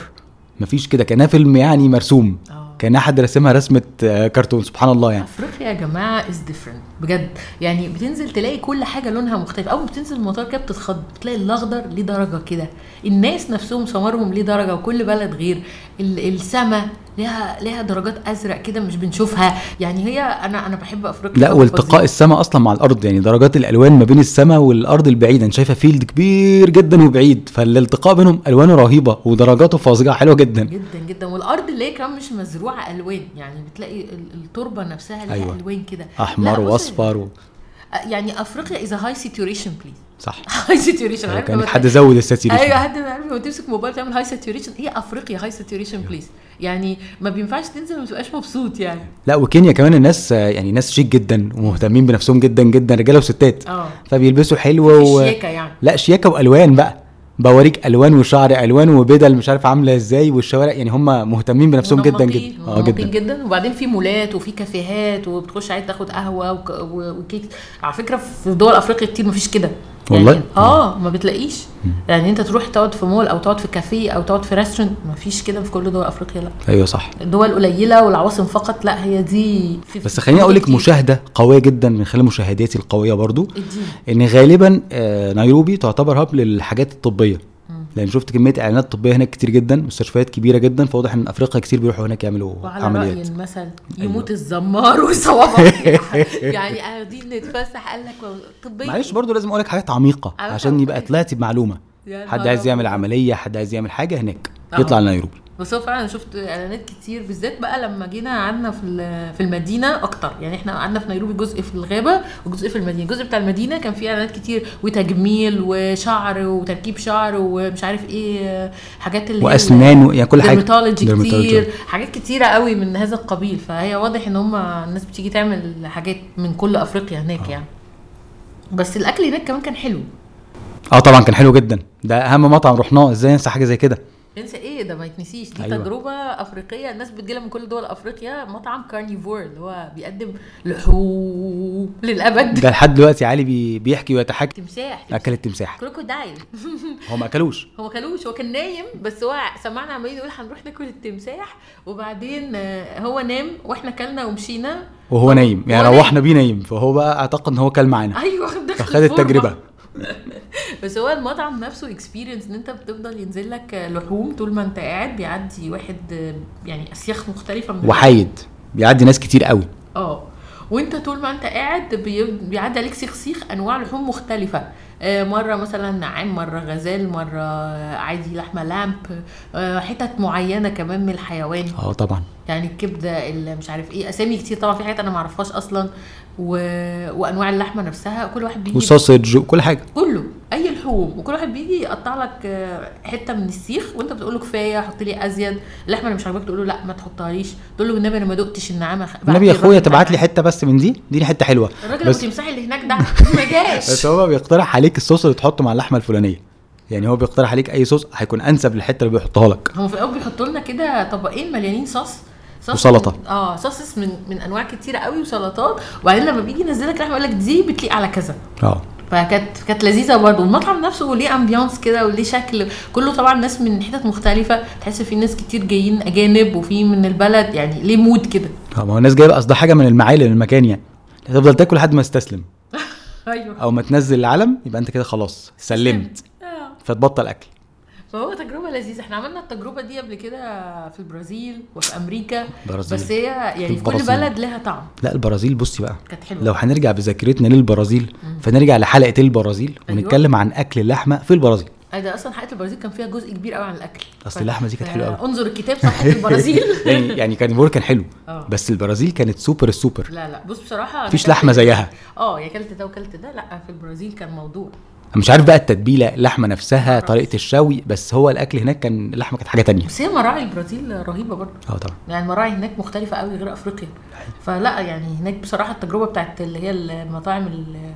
Speaker 3: مفيش كده كانها فيلم يعني مرسوم
Speaker 1: اه
Speaker 3: كان حد راسمها رسمه آه، كرتون سبحان الله يعني
Speaker 1: افريقيا يا جماعه از ديفرنت بجد يعني بتنزل تلاقي كل حاجه لونها مختلف اول ما بتنزل المطار كده بتتخض بتلاقي الاخضر ليه درجه كده الناس نفسهم سمرهم ليه درجه وكل بلد غير ال- السما ليها ليها درجات ازرق كده مش بنشوفها يعني هي انا انا بحب افريقيا
Speaker 3: لا
Speaker 1: بحب
Speaker 3: والتقاء
Speaker 1: فظيع.
Speaker 3: السما اصلا مع الارض يعني درجات الالوان ما بين السما والارض البعيده انت شايفه فيلد كبير جدا وبعيد فالالتقاء بينهم الوانه رهيبه ودرجاته فظيعه حلوه جدا
Speaker 1: جدا جدا والارض اللي هي كمان مش مزروعه الوان يعني بتلاقي ال- التربه نفسها ليها
Speaker 3: أيوة.
Speaker 1: أيوة. الوان كده
Speaker 3: احمر
Speaker 1: لا، بص-
Speaker 3: واصفر و...
Speaker 1: يعني افريقيا از هاي ساتوريشن بليز
Speaker 3: صح
Speaker 1: هاي ساتوريشن عارف
Speaker 3: كان
Speaker 1: لما
Speaker 3: أيوة، حد زود الساتيريشن
Speaker 1: ايوه حد عارف لما تمسك موبايل تعمل هاي ساتوريشن هي افريقيا هاي ساتوريشن
Speaker 3: أيوة.
Speaker 1: بليز يعني ما بينفعش تنزل ما تبقاش مبسوط يعني
Speaker 3: لا وكينيا كمان الناس آه، يعني ناس شيك جدا ومهتمين بنفسهم جدا جدا رجاله وستات
Speaker 1: اه
Speaker 3: فبيلبسوا حلو و...
Speaker 1: الشياكه يعني
Speaker 3: لا شياكه والوان بقى بوريك الوان وشعر الوان وبدل مش عارف عامله ازاي والشوارع يعني هم مهتمين بنفسهم جدا
Speaker 1: منمقين-
Speaker 3: جدا اه
Speaker 1: منمقين
Speaker 3: جدا
Speaker 1: جدا وبعدين في مولات وفي كافيهات وبتخش عايز تاخد قهوه وك... و- وكيك على فكره في دول افريقيا كتير مفيش كده
Speaker 3: والله؟
Speaker 1: يعني اه ما بتلاقيش يعني انت تروح تقعد في مول او تقعد في كافيه او تقعد في ريستورانت مفيش كده في كل دول افريقيا لا
Speaker 3: ايوه صح
Speaker 1: دول قليله والعواصم فقط لا هي دي في
Speaker 3: بس خليني اقول لك
Speaker 1: كتير.
Speaker 3: مشاهده قويه جدا من خلال مشاهداتي القويه برضو
Speaker 1: اديني.
Speaker 3: ان غالبا آه، نيروبي تعتبر هاب للحاجات الطبيه لان شفت كميه اعلانات طبيه هناك كتير جدا مستشفيات كبيره جدا فواضح ان افريقيا كتير بيروحوا هناك يعملوا
Speaker 1: وعلى رأي
Speaker 3: عمليات أيوة.
Speaker 1: المثل يموت الزمار وصوابعه يعني قاعدين نتفسح قال لك طبيا
Speaker 3: معلش برضو لازم اقول لك حاجات عميقه
Speaker 1: عارفة
Speaker 3: عشان يبقى
Speaker 1: عملية.
Speaker 3: طلعت بمعلومه
Speaker 1: طيب. يا نهار
Speaker 3: حد عايز يعمل
Speaker 1: أبيض.
Speaker 3: عمليه حد عايز يعمل حاجه هناك
Speaker 1: أهو.
Speaker 3: يطلع لنيروبي
Speaker 1: بس هو فعلا شفت اعلانات كتير بالذات بقى لما جينا قعدنا في ال- في المدينه اكتر يعني احنا قعدنا في نيروبي جزء في الغابه وجزء في المدينه الجزء بتاع المدينه كان فيه اعلانات كتير وتجميل وشعر وتركيب شعر ومش عارف ايه حاجات اللي هي
Speaker 3: واسنان و- يعني كل حاجه
Speaker 1: درماتولوجي
Speaker 3: درماتولوجي.
Speaker 1: كتير حاجات كتيره قوي من هذا القبيل فهي واضح ان هم الناس بتيجي تعمل حاجات من كل افريقيا هناك يعني بس الاكل هناك كمان كان حلو
Speaker 3: اه طبعا كان حلو جدا ده اهم مطعم رحناه ازاي انسى حاجه زي كده
Speaker 1: انسى ايه ده ما يتنسيش دي
Speaker 3: أيوة.
Speaker 1: أيوة. تجربه افريقيه الناس بتجيلها من كل دول افريقيا مطعم كارنيفور اللي هو بيقدم لحوم للابد
Speaker 3: ده لحد دلوقتي علي بي- بيحكي ويتحكى
Speaker 1: تمساح
Speaker 3: اكل التمساح
Speaker 1: كروكودايل
Speaker 3: هو ما اكلوش
Speaker 1: هو ما كلوش هو كان نايم بس هو سمعنا عمالين يقول هنروح ناكل التمساح وبعدين آه، هو نام واحنا كلنا ومشينا
Speaker 3: وهو نايم يعني
Speaker 1: هو نايم.
Speaker 3: روحنا بيه نايم فهو بقى اعتقد ان هو كل معانا
Speaker 1: ايوه دخل
Speaker 3: فخد التجربه
Speaker 1: بس هو المطعم نفسه اكسبيرينس ان انت بتفضل ينزل لك لحوم طول ما انت قاعد بيعدي واحد آه، يعني اسياخ مختلفه من
Speaker 3: وحيد بيعدي ناس كتير قوي
Speaker 1: اه وانت طول ما انت قاعد بي- بيعدي عليك سيخسيخ انواع لحوم مختلفه آه، مره مثلا نعام مره غزال مره عادي لحمه لامب آه، حتت معينه كمان من الحيوان
Speaker 3: اه طبعا
Speaker 1: يعني الكبده اللي مش عارف ايه اسامي كتير طبعا في حاجات انا ما اعرفهاش اصلا و... وانواع اللحمه نفسها كل واحد بيجي
Speaker 3: وساسج وكل حاجه
Speaker 1: كله اي لحوم وكل واحد بيجي يقطع لك آه، حته من السيخ وانت بتقول له كفايه حط لي ازيد اللحمه اللي مش عاجباك تقول له لا ما تحطهاليش تقول له والنبي انا ما دقتش النعامه خ- بعت
Speaker 3: النبي
Speaker 1: لي
Speaker 3: يا اخويا
Speaker 1: الراجل
Speaker 3: تبعت لي
Speaker 1: بتاع-
Speaker 3: حته بس من دي دي حته حلوه
Speaker 1: الراجل
Speaker 3: بس
Speaker 1: المتمساحي اللي هناك ده ما
Speaker 3: بس
Speaker 1: جاش
Speaker 3: هو بيقترح عليك الصوص اللي تحطه مع اللحمه الفلانيه يعني هو بيقترح عليك اي صوص هيكون انسب للحته اللي بيحطها لك
Speaker 1: هم في الاول بيحطوا لنا كده طبقين مليانين صوص صوص
Speaker 3: وسلطة.
Speaker 1: من- اه صوص من من انواع كتيره قوي وسلطات وبعدين لما بيجي ينزلك لحمه يقول لك دي بتليق على كذا
Speaker 3: اه
Speaker 1: فكانت كانت لذيذه برضه المطعم نفسه ليه امبيانس كده وليه شكل كله طبعا ناس من حتت مختلفه تحس في ناس كتير جايين اجانب وفي من البلد يعني ليه مود كده
Speaker 3: آه، ما هو الناس جايبه قصدها حاجه من المعالي للمكان يعني هتفضل تاكل لحد ما تستسلم
Speaker 1: ايوه
Speaker 3: او ما تنزل العلم يبقى انت كده خلاص سلمت
Speaker 1: آه.
Speaker 3: فتبطل اكل
Speaker 1: فهو تجربه لذيذه احنا عملنا التجربه دي قبل كده في البرازيل وفي امريكا
Speaker 3: برازيل.
Speaker 1: بس هي يعني في كل
Speaker 3: البرازيل.
Speaker 1: بلد لها طعم
Speaker 3: لا البرازيل بصي بقى
Speaker 1: كانت حلوه
Speaker 3: لو هنرجع بذاكرتنا للبرازيل فنرجع لحلقه البرازيل
Speaker 1: أيوة.
Speaker 3: ونتكلم عن اكل اللحمه في البرازيل
Speaker 1: آه، ده اصلا حلقه البرازيل كان فيها جزء كبير قوي عن الاكل
Speaker 3: أصل
Speaker 1: ف-
Speaker 3: اللحمة دي كانت
Speaker 1: ف-
Speaker 3: حلوة قوي.
Speaker 1: انظر الكتاب صحه البرازيل
Speaker 3: يعني يعني كان بيقول كان حلو
Speaker 1: آه.
Speaker 3: بس البرازيل كانت سوبر السوبر
Speaker 1: لا لا بص بصراحه أنا
Speaker 3: مفيش
Speaker 1: كلت-
Speaker 3: لحمه زيها
Speaker 1: اه يا كلت ده وكلت ده لا في البرازيل كان موضوع
Speaker 3: مش عارف بقى التتبيله اللحمه نفسها طريقه الشوي بس هو الاكل هناك كان اللحمه كانت حاجه تانية
Speaker 1: بس هي مراعي البرازيل رهيبه برضه
Speaker 3: اه طبعا
Speaker 1: يعني المراعي هناك مختلفة قوي غير افريقيا فلا يعني هناك بصراحة التجربة بتاعت اللي هي المطاعم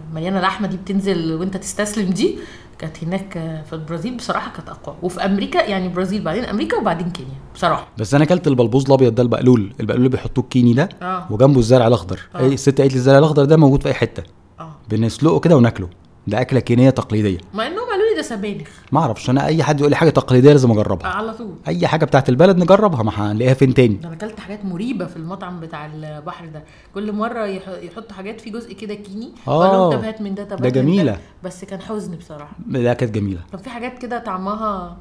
Speaker 1: المليانة لحمة دي بتنزل وانت تستسلم دي كانت هناك في البرازيل بصراحة كانت اقوى وفي امريكا يعني برازيل بعدين امريكا وبعدين كينيا بصراحة
Speaker 3: بس انا اكلت البلبوز الابيض ده البقلول البقلول اللي بيحطوه الكيني ده
Speaker 1: اه
Speaker 3: وجنبه الزرع الاخضر
Speaker 1: آه.
Speaker 3: آه. الست قالت لي الزرع الاخضر ده موجود في اي حته
Speaker 1: اه
Speaker 3: بنسلقه كده وناكله ده اكله كينيه تقليديه
Speaker 1: مع انهم قالوا لي ده سبانخ
Speaker 3: ما اعرفش انا اي حد يقول لي حاجه تقليديه لازم
Speaker 1: آه،
Speaker 3: اجربها
Speaker 1: على طول
Speaker 3: اي حاجه بتاعت البلد نجربها ما هنلاقيها فين تاني
Speaker 1: ده انا اكلت حاجات مريبه في المطعم بتاع البحر ده كل مره يح- يحط حاجات في جزء كده كيني
Speaker 3: آه.
Speaker 1: فأقول لهم طب هات من ده طب
Speaker 3: ده
Speaker 1: هات من
Speaker 3: جميلة.
Speaker 1: بس كان حزن بصراحه
Speaker 3: ده كانت جميله
Speaker 1: كان في حاجات كده طعمها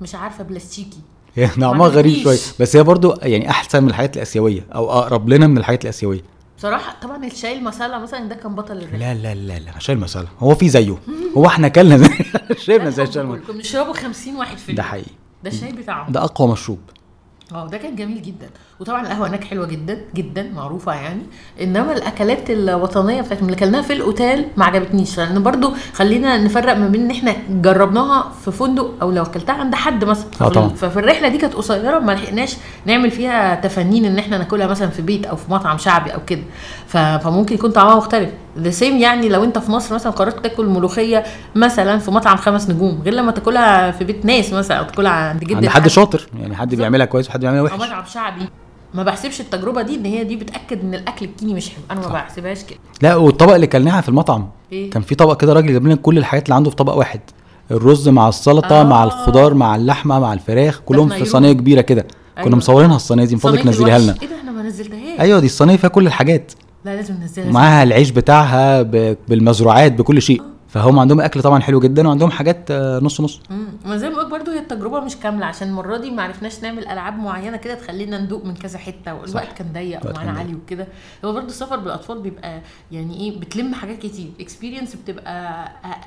Speaker 1: مش عارفه بلاستيكي
Speaker 3: هي
Speaker 1: ما
Speaker 3: نعمها غريب
Speaker 1: عجبنيش.
Speaker 3: شويه بس هي برضو يعني احسن من الحاجات الاسيويه او اقرب لنا من الحاجات الاسيويه
Speaker 1: بصراحه طبعا الشاي المسالة مثلا ده كان بطل الرحله
Speaker 3: لا لا لا لا شاي المسألة هو في زيه هو احنا اكلنا زي شربنا زي شاي المسألة
Speaker 1: كنا بنشربه 50 واحد في
Speaker 3: ده
Speaker 1: اليوم.
Speaker 3: حقيقي
Speaker 1: ده الشاي بتاعهم
Speaker 3: ده اقوى مشروب
Speaker 1: اه ده كان جميل جدا وطبعا القهوه هناك حلوه جدا جدا معروفه يعني انما الاكلات الوطنيه بتاعت اللي اكلناها في الاوتيل ما عجبتنيش لان برضو خلينا نفرق ما بين ان احنا جربناها في فندق او لو اكلتها عند حد مثلا
Speaker 3: آه طبعا.
Speaker 1: ففي الرحله دي كانت قصيره ما لحقناش نعمل فيها تفنين ان احنا ناكلها مثلا في بيت او في مطعم شعبي او كده ف- فممكن يكون طعمها مختلف ده سيم يعني لو انت في مصر مثلا قررت تاكل ملوخيه مثلا في مطعم خمس نجوم غير لما تاكلها في بيت ناس مثلا او تاكلها عند جد
Speaker 3: عند حد
Speaker 1: الحاج.
Speaker 3: شاطر يعني حد بيعملها كويس وحد بيعملها
Speaker 1: او
Speaker 3: وحش
Speaker 1: مطعم شعبي ما بحسبش التجربه دي ان هي دي بتاكد ان الاكل الكيني مش حلو انا ما بحسبهاش كده
Speaker 3: لا والطبق اللي كلناها في المطعم
Speaker 1: ايه
Speaker 3: كان في طبق كده راجل جاب لنا كل الحاجات اللي عنده في طبق واحد الرز مع السلطه
Speaker 1: آه.
Speaker 3: مع الخضار مع اللحمه مع الفراخ كلهم في
Speaker 1: نيرون.
Speaker 3: صينيه كبيره كده كنا
Speaker 1: أيوة.
Speaker 3: مصورينها الصينيه دي من
Speaker 1: صينية
Speaker 3: فضلك نزليها
Speaker 1: الوحش.
Speaker 3: لنا
Speaker 1: ايه ده احنا ما نزلتهاش
Speaker 3: ايوه دي الصينيه فيها كل الحاجات
Speaker 1: لا لازم ننزلها
Speaker 3: ومعاها العيش بتاعها ب- بالمزروعات بكل
Speaker 1: آه.
Speaker 3: شيء فهم عندهم اكل طبعا حلو جدا وعندهم حاجات آه، نص نص
Speaker 1: مم. ما زي ما بقولك برضه هي التجربه مش كامله عشان المره دي ما عرفناش نعمل العاب معينه كده تخلينا ندوق من كذا حته والوقت كان ضيق
Speaker 3: الوقت كان
Speaker 1: ومعانا
Speaker 3: ضيق.
Speaker 1: عالي وكده هو برضه السفر بالاطفال بيبقى يعني ايه بتلم حاجات كتير اكسبيرينس بتبقى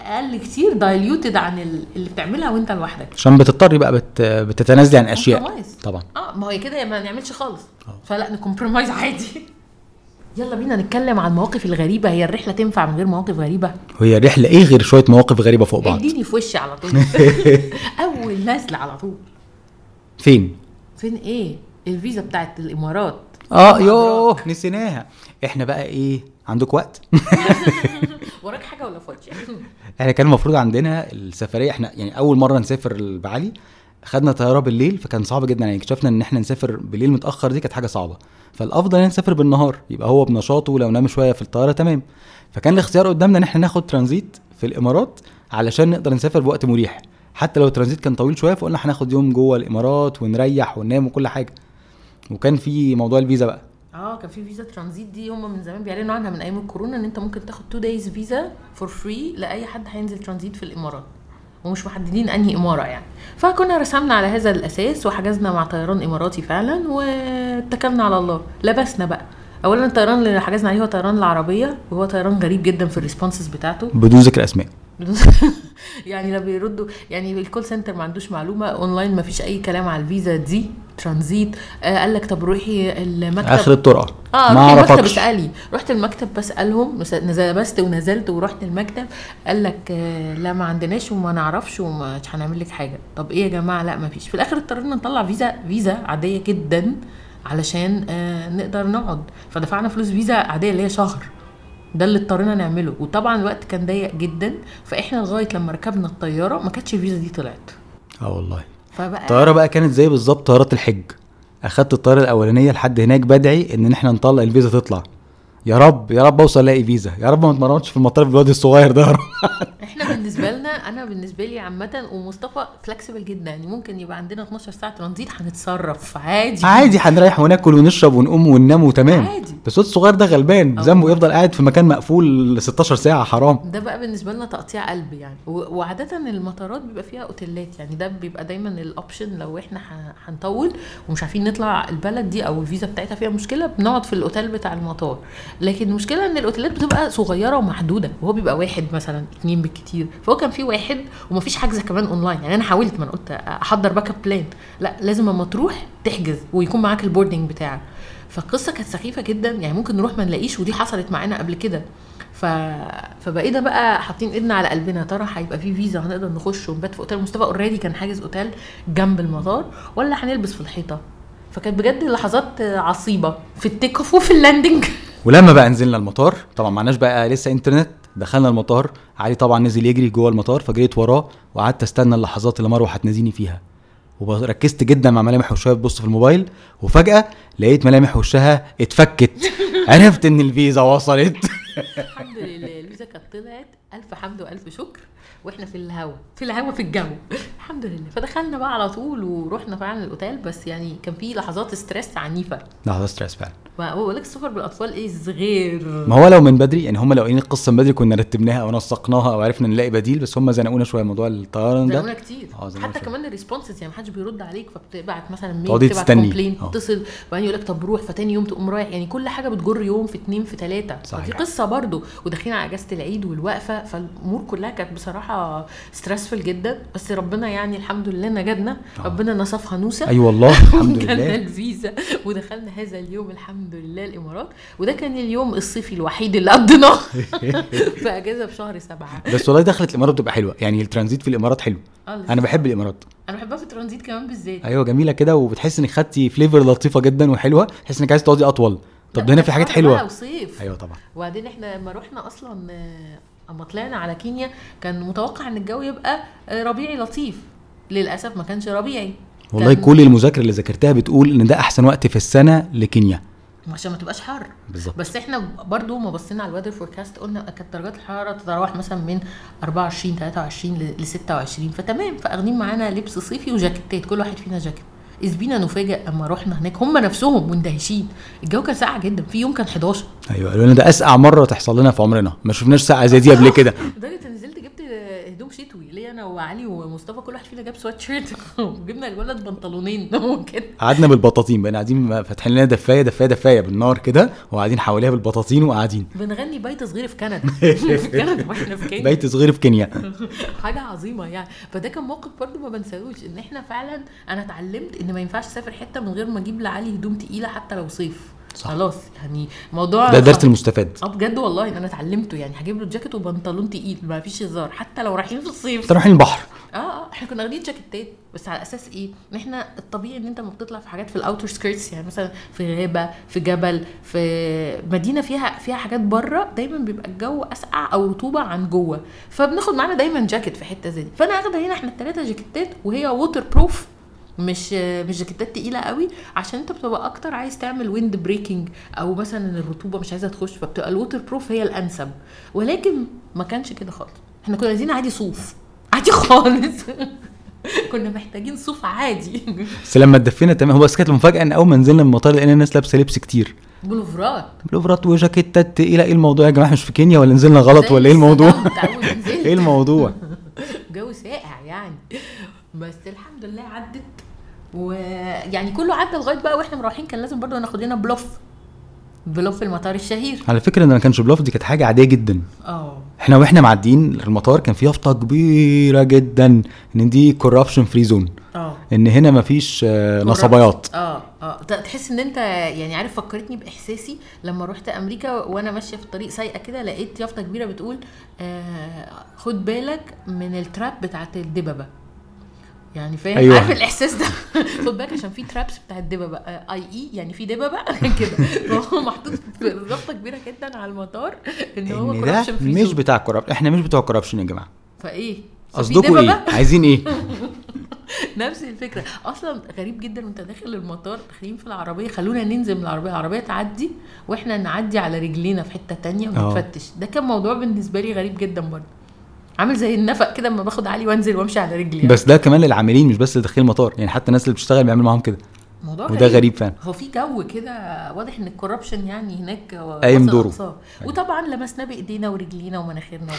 Speaker 1: اقل كتير دايليوتد عن ال- اللي بتعملها وانت لوحدك
Speaker 3: عشان بتضطري بقى بت... بتتنازلي عن اشياء
Speaker 1: Compromise.
Speaker 3: طبعا
Speaker 1: اه ما هي كده يا ما نعملش خالص
Speaker 3: آه.
Speaker 1: فلا نكمبرمايز عادي يلا بينا نتكلم عن المواقف الغريبة هي الرحلة تنفع من غير مواقف غريبة
Speaker 3: وهي رحله ايه غير شويه مواقف غريبه فوق بعض
Speaker 1: اديني في وشي على طول أول نزلة على طول
Speaker 3: فين
Speaker 1: فين إيه الفيزا بتاعت الإمارات
Speaker 3: اه يوه نسيناها احنا بقى ايه عندك وقت
Speaker 1: وراك حاجة ولا فاضية
Speaker 3: احنا كان المفروض عندنا السفريه احنا يعني اول مره نسافر بعلي خدنا طياره بالليل فكان صعب جدا يعني اكتشفنا ان احنا نسافر بالليل متاخر دي كانت حاجه صعبه فالافضل ان نسافر بالنهار يبقى هو بنشاطه لو نام شويه في الطياره تمام فكان الاختيار قدامنا ان احنا ناخد ترانزيت في الامارات علشان نقدر نسافر بوقت مريح حتى لو الترانزيت كان طويل شويه فقلنا هناخد يوم جوه الامارات ونريح وننام وكل حاجه وكان في موضوع الفيزا بقى
Speaker 1: اه كان في فيزا ترانزيت دي هم من زمان بيعلنوا عنها من ايام الكورونا ان انت ممكن تاخد تو دايز فيزا فور فري لاي حد هينزل ترانزيت في الامارات ومش محددين انهي اماره يعني فكنا رسمنا على هذا الاساس وحجزنا مع طيران اماراتي فعلا واتكلنا على الله لبسنا بقى اولا الطيران اللي حجزنا عليه هو طيران العربيه وهو طيران غريب جدا في الريسبونسز بتاعته
Speaker 3: بدون ذكر اسماء
Speaker 1: يعني لا بيردوا يعني الكول سنتر ما عندوش معلومه اونلاين ما فيش اي كلام على الفيزا دي ترانزيت آه قال لك طب روحي المكتب
Speaker 3: اخر الطرقه
Speaker 1: اه
Speaker 3: ما
Speaker 1: رحت المكتب
Speaker 3: اعرفكش
Speaker 1: اسالي رحت المكتب بسالهم مس- نزل- بست ونزلت ورحت المكتب قال لك آه، لا ما عندناش وما نعرفش ومش هنعمل لك حاجه طب ايه يا جماعه لا ما فيش في الاخر اضطرينا نطلع فيزا فيزا عاديه جدا علشان آه نقدر نقعد فدفعنا فلوس فيزا عاديه اللي هي شهر ده اللي اضطرينا نعمله وطبعا الوقت كان ضيق جدا فاحنا لغايه لما ركبنا الطياره ما كانتش الفيزا دي طلعت
Speaker 3: اه والله
Speaker 1: فبقى
Speaker 3: الطياره بقى كانت زي بالظبط طيارات الحج اخدت الطياره الاولانيه لحد هناك بدعي ان احنا نطلع الفيزا تطلع يا رب يا رب اوصل الاقي فيزا يا رب ما اتمرمطش في المطار بالواد الصغير ده يا رب.
Speaker 1: احنا بالنسبه لنا انا بالنسبه لي عامه ومصطفى فلكسبل جدا يعني ممكن يبقى عندنا 12 ساعه ترانزيت هنتصرف عادي
Speaker 3: عادي هنريح وناكل ونشرب ونقوم وننام وتمام
Speaker 1: عادي.
Speaker 3: بس الواد الصغير ده غلبان
Speaker 1: آه.
Speaker 3: ذنبه يفضل قاعد في مكان مقفول 16 ساعه حرام
Speaker 1: ده بقى بالنسبه لنا تقطيع قلب يعني و- وعاده المطارات بيبقى فيها اوتيلات يعني ده بيبقى دايما الاوبشن لو احنا ه- هنطول ومش عارفين نطلع البلد دي او الفيزا بتاعتها فيها مشكله بنقعد في الاوتيل بتاع المطار لكن المشكله ان الاوتيلات بتبقى صغيره ومحدوده وهو بيبقى واحد مثلا اتنين بالكتير فهو كان في واحد ومفيش حجز كمان اونلاين يعني انا حاولت ما انا قلت احضر باك اب بلان لا لازم اما تروح تحجز ويكون معاك البوردنج بتاعك فالقصه كانت سخيفه جدا يعني ممكن نروح ما نلاقيش ودي حصلت معانا قبل كده ف... فبقينا بقى حاطين ايدنا على قلبنا يا ترى هيبقى في فيزا هنقدر نخش ونبات في اوتيل مصطفى اوريدي كان حاجز اوتيل جنب المطار ولا هنلبس في الحيطه فكانت بجد لحظات عصيبه في التيك اوف وفي اللاندنج
Speaker 3: ولما بقى نزلنا المطار طبعا معناش بقى لسه انترنت دخلنا المطار علي طبعا نزل يجري جوه المطار فجريت وراه وقعدت استنى اللحظات اللي مروه هتناديني فيها وركزت جدا مع ملامح وشها بتبص في الموبايل وفجاه لقيت ملامح وشها اتفكت عرفت ان الفيزا وصلت
Speaker 1: الحمد لله الفيزا كانت طلعت الف حمد والف شكر واحنا في الهوا في الهوا في الجو الحمد لله فدخلنا بقى على طول ورحنا فعلا الاوتيل بس يعني كان في لحظات ستريس عنيفه
Speaker 3: لحظه ستريس فعلا
Speaker 1: بقول لك السفر بالاطفال ايه صغير
Speaker 3: ما هو لو من بدري يعني هم لو قايلين القصه من بدري كنا رتبناها او نسقناها او عرفنا نلاقي بديل بس هم زنقونا شويه موضوع الطيران ده
Speaker 1: زنقونا كتير
Speaker 3: اه زنقونا
Speaker 1: حتى
Speaker 3: شوية.
Speaker 1: كمان الريسبونسز يعني محدش بيرد عليك فبتبعت مثلا ميل
Speaker 3: تقعدي
Speaker 1: تبعت
Speaker 3: تستني.
Speaker 1: كومبلين
Speaker 3: اه.
Speaker 1: تتصل وبعدين يقول لك طب روح فتاني يوم تقوم رايح يعني كل حاجه بتجر يوم في اتنين في تلاته
Speaker 3: صحيح.
Speaker 1: فدي قصه برضو وداخلين على اجازه العيد والوقفه فالامور كلها كانت بصراحه ستريسفل جدا بس ربنا يعني الحمد لله نجدنا
Speaker 3: اه.
Speaker 1: ربنا نصف هنوسه
Speaker 3: ايوه والله الحمد
Speaker 1: جالنا
Speaker 3: لله
Speaker 1: الفيزا ودخلنا هذا اليوم الحمد لله الامارات وده كان اليوم الصيفي الوحيد اللي قضيناه في اجازه في شهر سبعه
Speaker 3: بس والله دخلت الامارات بتبقى حلوه يعني الترانزيت في الامارات حلو
Speaker 1: آه،
Speaker 3: انا بحب الامارات
Speaker 1: انا بحبها في الترانزيت كمان بالذات
Speaker 3: ايوه جميله كده وبتحس انك خدتي فليفر لطيفه جدا وحلوه تحس انك عايز تقعدي اطول طب ده هنا في حاجات
Speaker 1: بقى
Speaker 3: حلوه
Speaker 1: وصيف
Speaker 3: ايوه طبعا
Speaker 1: وبعدين احنا لما رحنا اصلا آه، اما طلعنا على كينيا كان متوقع ان الجو يبقى آه، ربيعي لطيف للاسف ما كانش ربيعي
Speaker 3: والله
Speaker 1: كان-
Speaker 3: كل المذاكره اللي ذاكرتها بتقول ان ده احسن وقت في السنه لكينيا
Speaker 1: عشان ما تبقاش حر
Speaker 3: بالظبط
Speaker 1: بس احنا برضو ما بصينا على الوادر فوركاست قلنا كانت درجات الحراره تتراوح مثلا من 24 23 ل 26 فتمام فاخدين معانا لبس صيفي وجاكيتات كل واحد فينا جاكيت إذ بينا نفاجئ اما رحنا هناك هم نفسهم مندهشين الجو كان ساقع جدا في يوم كان 11
Speaker 3: ايوه قالوا لنا ده اسقع مره تحصل لنا في عمرنا ما شفناش ساعه زي دي قبل كده
Speaker 1: لدرجه إن نزلت جبت هدوم شتوي ليا انا وعلي ومصطفى كل واحد فينا جاب سوات شيرت وجبنا الولد بنطلونين وكده
Speaker 3: قعدنا بالبطاطين بقينا قاعدين فاتحين لنا دفايه دفايه دفايه بالنار كده وقاعدين حواليها بالبطاطين وقاعدين
Speaker 1: بنغني بيت صغير في كندا في كندا واحنا في كندا
Speaker 3: بيت صغير في كينيا
Speaker 1: حاجه عظيمه يعني فده كان موقف برضو ما بنساهوش ان احنا فعلا انا اتعلمت ان ما ينفعش اسافر حته من غير ما اجيب لعلي هدوم تقيله حتى لو صيف
Speaker 3: صح.
Speaker 1: خلاص يعني موضوع
Speaker 3: ده درس
Speaker 1: خلاص.
Speaker 3: المستفاد
Speaker 1: اه بجد والله ان انا اتعلمته يعني هجيب له جاكيت وبنطلون تقيل ما فيش هزار حتى لو رايحين في الصيف
Speaker 3: انت رايحين البحر
Speaker 1: اه اه احنا كنا واخدين جاكيتات بس على اساس ايه؟ ان احنا الطبيعي ان انت لما بتطلع في حاجات في الاوتر سكيرتس يعني مثلا في غابه في جبل في مدينه فيها فيها حاجات بره دايما بيبقى الجو اسقع او رطوبه عن جوه فبناخد معانا دايما جاكيت في حته زي دي فانا اخده هنا احنا الثلاثه جاكيتات وهي ووتر بروف مش مش جاكيتات تقيله قوي عشان انت بتبقى اكتر عايز تعمل ويند بريكنج او مثلا إن الرطوبه مش عايزه تخش فبتبقى الووتر بروف هي الانسب ولكن ما كانش كده خالص احنا كنا عايزين عادي صوف عادي خالص كنا محتاجين صوف عادي
Speaker 3: بس لما اتدفينا تمام هو بس كانت المفاجاه ان اول ما نزلنا من المطار لقينا الناس لابسه لبس كتير
Speaker 1: بلوفرات
Speaker 3: بلوفرات وجاكيتات تقيله ايه الموضوع يا جماعه مش في كينيا ولا نزلنا غلط ولا ايه الموضوع ايه الموضوع
Speaker 1: جو ساقع يعني بس الحمد لله عدت ويعني كله عدى لغايه بقى واحنا مروحين كان لازم برضه ناخد لنا بلوف بلوف المطار الشهير
Speaker 3: على فكره ده ما كانش بلوف دي كانت حاجه عاديه جدا
Speaker 1: اه
Speaker 3: احنا واحنا معديين المطار كان في يافطه كبيره جدا ان دي كورابشن فري زون
Speaker 1: اه
Speaker 3: ان هنا مفيش آه، نصبيات
Speaker 1: اه اه ت- تحس ان انت يعني عارف فكرتني باحساسي لما رحت امريكا وانا ماشيه في الطريق سايقه كده لقيت يافطه كبيره بتقول آه خد بالك من التراب بتاعت الدببه يعني فاهم
Speaker 3: أيوة.
Speaker 1: أيوة. عارف الاحساس ده خد بالك عشان في ترابس بتاعت دببه آه، اي اي يعني في دببه كده فهو محطوط في رابطه كبيره جدا على المطار ان هو
Speaker 3: ان ده
Speaker 1: corruption free
Speaker 3: مش
Speaker 1: zone.
Speaker 3: بتاع كورابشن احنا مش بتوع كورابشن يا جماعه
Speaker 1: فايه في
Speaker 3: قصدكم
Speaker 1: دببة؟
Speaker 3: ايه عايزين ايه
Speaker 1: نفس الفكره اصلا غريب جدا وانت داخل المطار داخلين في العربيه خلونا ننزل من العربيه العربيه تعدي واحنا نعدي على رجلينا في حته تانية
Speaker 3: آه.
Speaker 1: ونتفتش ده كان موضوع بالنسبه لي غريب جدا برضه عامل زي النفق كده اما باخد علي وانزل وامشي على رجلي
Speaker 3: بس ده كمان للعاملين مش بس داخلين المطار يعني حتى الناس اللي بتشتغل بيعملوا معاهم كده
Speaker 1: موضوع
Speaker 3: وده غريب فعلا
Speaker 1: هو في جو كده واضح ان الكوربشن يعني هناك هو
Speaker 3: قايم
Speaker 1: وصل
Speaker 3: دوره.
Speaker 1: أقصاه. وطبعا لمسناه بايدينا ورجلينا ومناخيرنا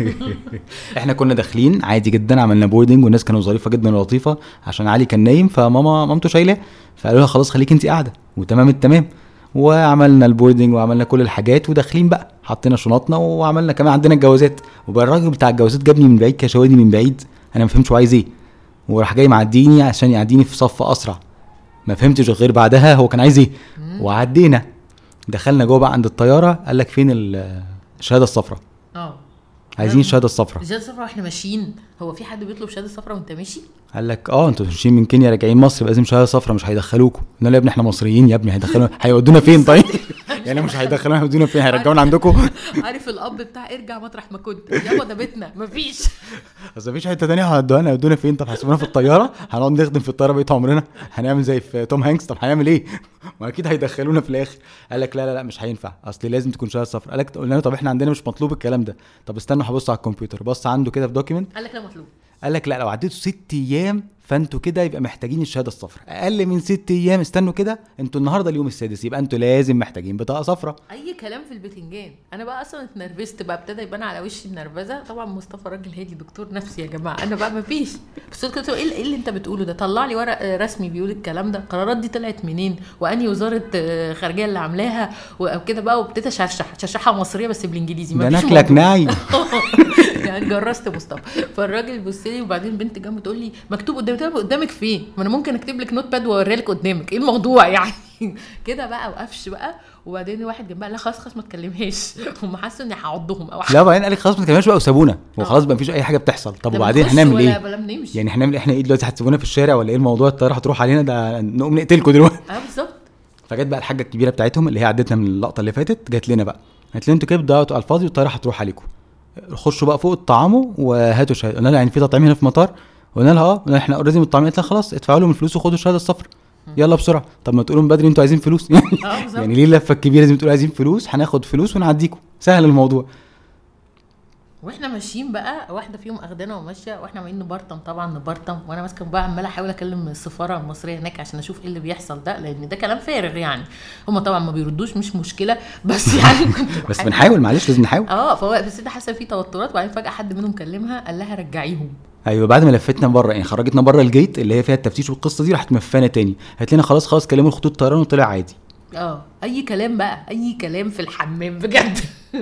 Speaker 1: وبقنا.
Speaker 3: احنا كنا داخلين عادي جدا عملنا بوردنج والناس كانوا ظريفه جدا ولطيفه عشان علي كان نايم فماما مامته شايلاه فقالوا لها خلاص خليكي انت قاعده وتمام التمام وعملنا البوردنج وعملنا كل الحاجات وداخلين بقى حطينا شنطنا وعملنا كمان عندنا الجوازات وبقى الراجل بتاع الجوازات جابني من بعيد كشوادي من بعيد انا ما فهمتش هو عايز ايه وراح جاي معديني عشان يعديني في صف اسرع ما فهمتش غير بعدها هو كان عايز ايه وعدينا دخلنا جوه بقى عند الطياره قال لك فين ال- الشهاده الصفراء
Speaker 1: اه
Speaker 3: عايزين الشهاده الصفراء
Speaker 1: الشهاده الصفراء واحنا ماشيين هو في حد بيطلب شهاده صفراء وانت ماشي
Speaker 3: قال لك اه انتوا ماشيين من كينيا راجعين مصر يبقى لازم شهاده صفراء مش هيدخلوكوا قلنا له يا ابني احنا مصريين يا ابني هيدخلونا هيودونا فين طيب يعني مش هيدخلونا هيودونا فين هيرجعونا عندكم
Speaker 1: عارف الاب بتاع ارجع مطرح ما كنت يابا ده بيتنا مفيش
Speaker 3: اصل مفيش حته تانية هيودونا هيودونا فين طب هيسيبونا في الطياره هنقعد نخدم في الطياره بقيت عمرنا هنعمل زي في توم هانكس طب هنعمل ايه ما اكيد هيدخلونا في الاخر قال لك لا لا لا مش هينفع اصل لازم تكون شهاده صفراء قال لك قلنا له طب احنا عندنا مش مطلوب الكلام ده طب استنوا هبص على الكمبيوتر بص عنده كده في دوكيمنت
Speaker 1: قال لك لا مطلوب
Speaker 3: قال لك لا لو عديتوا ست ايام فانتوا كده يبقى محتاجين الشهاده الصفراء اقل من ست ايام استنوا كده انتوا النهارده اليوم السادس يبقى انتوا لازم محتاجين بطاقه صفراء
Speaker 1: اي كلام في البتنجان انا بقى اصلا اتنرفزت بقى ابتدى يبان على وشي النرفزه طبعا مصطفى راجل هادي دكتور نفسي يا جماعه انا بقى مفيش بس قلت له ايه اللي- إيه اللي انت بتقوله ده طلع لي ورق آه، رسمي بيقول الكلام ده القرارات دي طلعت منين واني وزاره آه، خارجيه اللي عاملاها وكده بقى وابتديت اشرشح شرشحه مصريه بس بالانجليزي
Speaker 3: ده
Speaker 1: مفيش
Speaker 3: نكلك
Speaker 1: موضوع.
Speaker 3: ناعي
Speaker 1: يعني جرست مصطفى فالراجل بص لي وبعدين بنت جنبه تقول لي مكتوب قدامي طب قدامك فين؟ ما انا ممكن اكتب لك نوت باد واوريها لك قدامك ايه الموضوع يعني كده بقى وقفش بقى وبعدين واحد جنبها لا خلاص خلاص ما تكلمهاش هم حسوا اني هعضهم او
Speaker 3: لا وبعدين قال لك خلاص ما تكلمناش بقى وسابونا
Speaker 1: آه.
Speaker 3: وخلاص بقى مفيش اي حاجه بتحصل طب
Speaker 1: لا
Speaker 3: وبعدين
Speaker 1: بنخش
Speaker 3: هنعمل
Speaker 1: ولا
Speaker 3: ايه
Speaker 1: ولا بنمشي
Speaker 3: يعني هنعمل احنا ايه دلوقتي هتسيبونا في الشارع ولا ايه الموضوع الطياره هتروح علينا ده نقوم نقتلكم دلوقتي
Speaker 1: اه بالظبط
Speaker 3: فجت بقى الحاجه الكبيره بتاعتهم اللي هي عدتنا من اللقطه اللي فاتت جت لنا بقى قالت لنا انتوا كده بتضيعوا على الفاضي والطياره هتروح عليكم خشوا بقى فوق الطعاموا وهاتوا شهاده قلنا لها يعني في تطعيم هنا في المطار قلنا لها اه قلنا لها احنا اوريدي من الطعام قالت لها خلاص ادفعوا لهم الفلوس وخدوا الشهاده الصفراء يلا بسرعه طب ما تقولوا من بدري انتوا عايزين فلوس
Speaker 1: اه بالظبط
Speaker 3: يعني ليه اللفه الكبيره لازم تقولوا عايزين فلوس هناخد فلوس ونعديكم سهل الموضوع
Speaker 1: واحنا ماشيين بقى واحده فيهم اخدانا وماشيه واحنا عمالين نبرطم طبعا نبرطم وانا ماسكه بقى عماله احاول اكلم السفاره المصريه هناك عشان اشوف ايه اللي بيحصل ده لان ده كلام فارغ يعني هما طبعا ما بيردوش مش مشكله بس يعني كنت
Speaker 3: بس
Speaker 1: بحاول.
Speaker 3: بنحاول معلش لازم نحاول
Speaker 1: اه فهو بس ده حصل فيه توترات وبعدين فجاه حد منهم كلمها قال لها رجعيهم
Speaker 3: ايوه بعد ما لفتنا بره يعني خرجتنا بره الجيت اللي هي فيها التفتيش والقصه دي راحت مفانا تاني قالت لنا خلاص خلاص كلموا الخطوط الطيران وطلع عادي
Speaker 1: اه اي كلام بقى اي كلام في الحمام بجد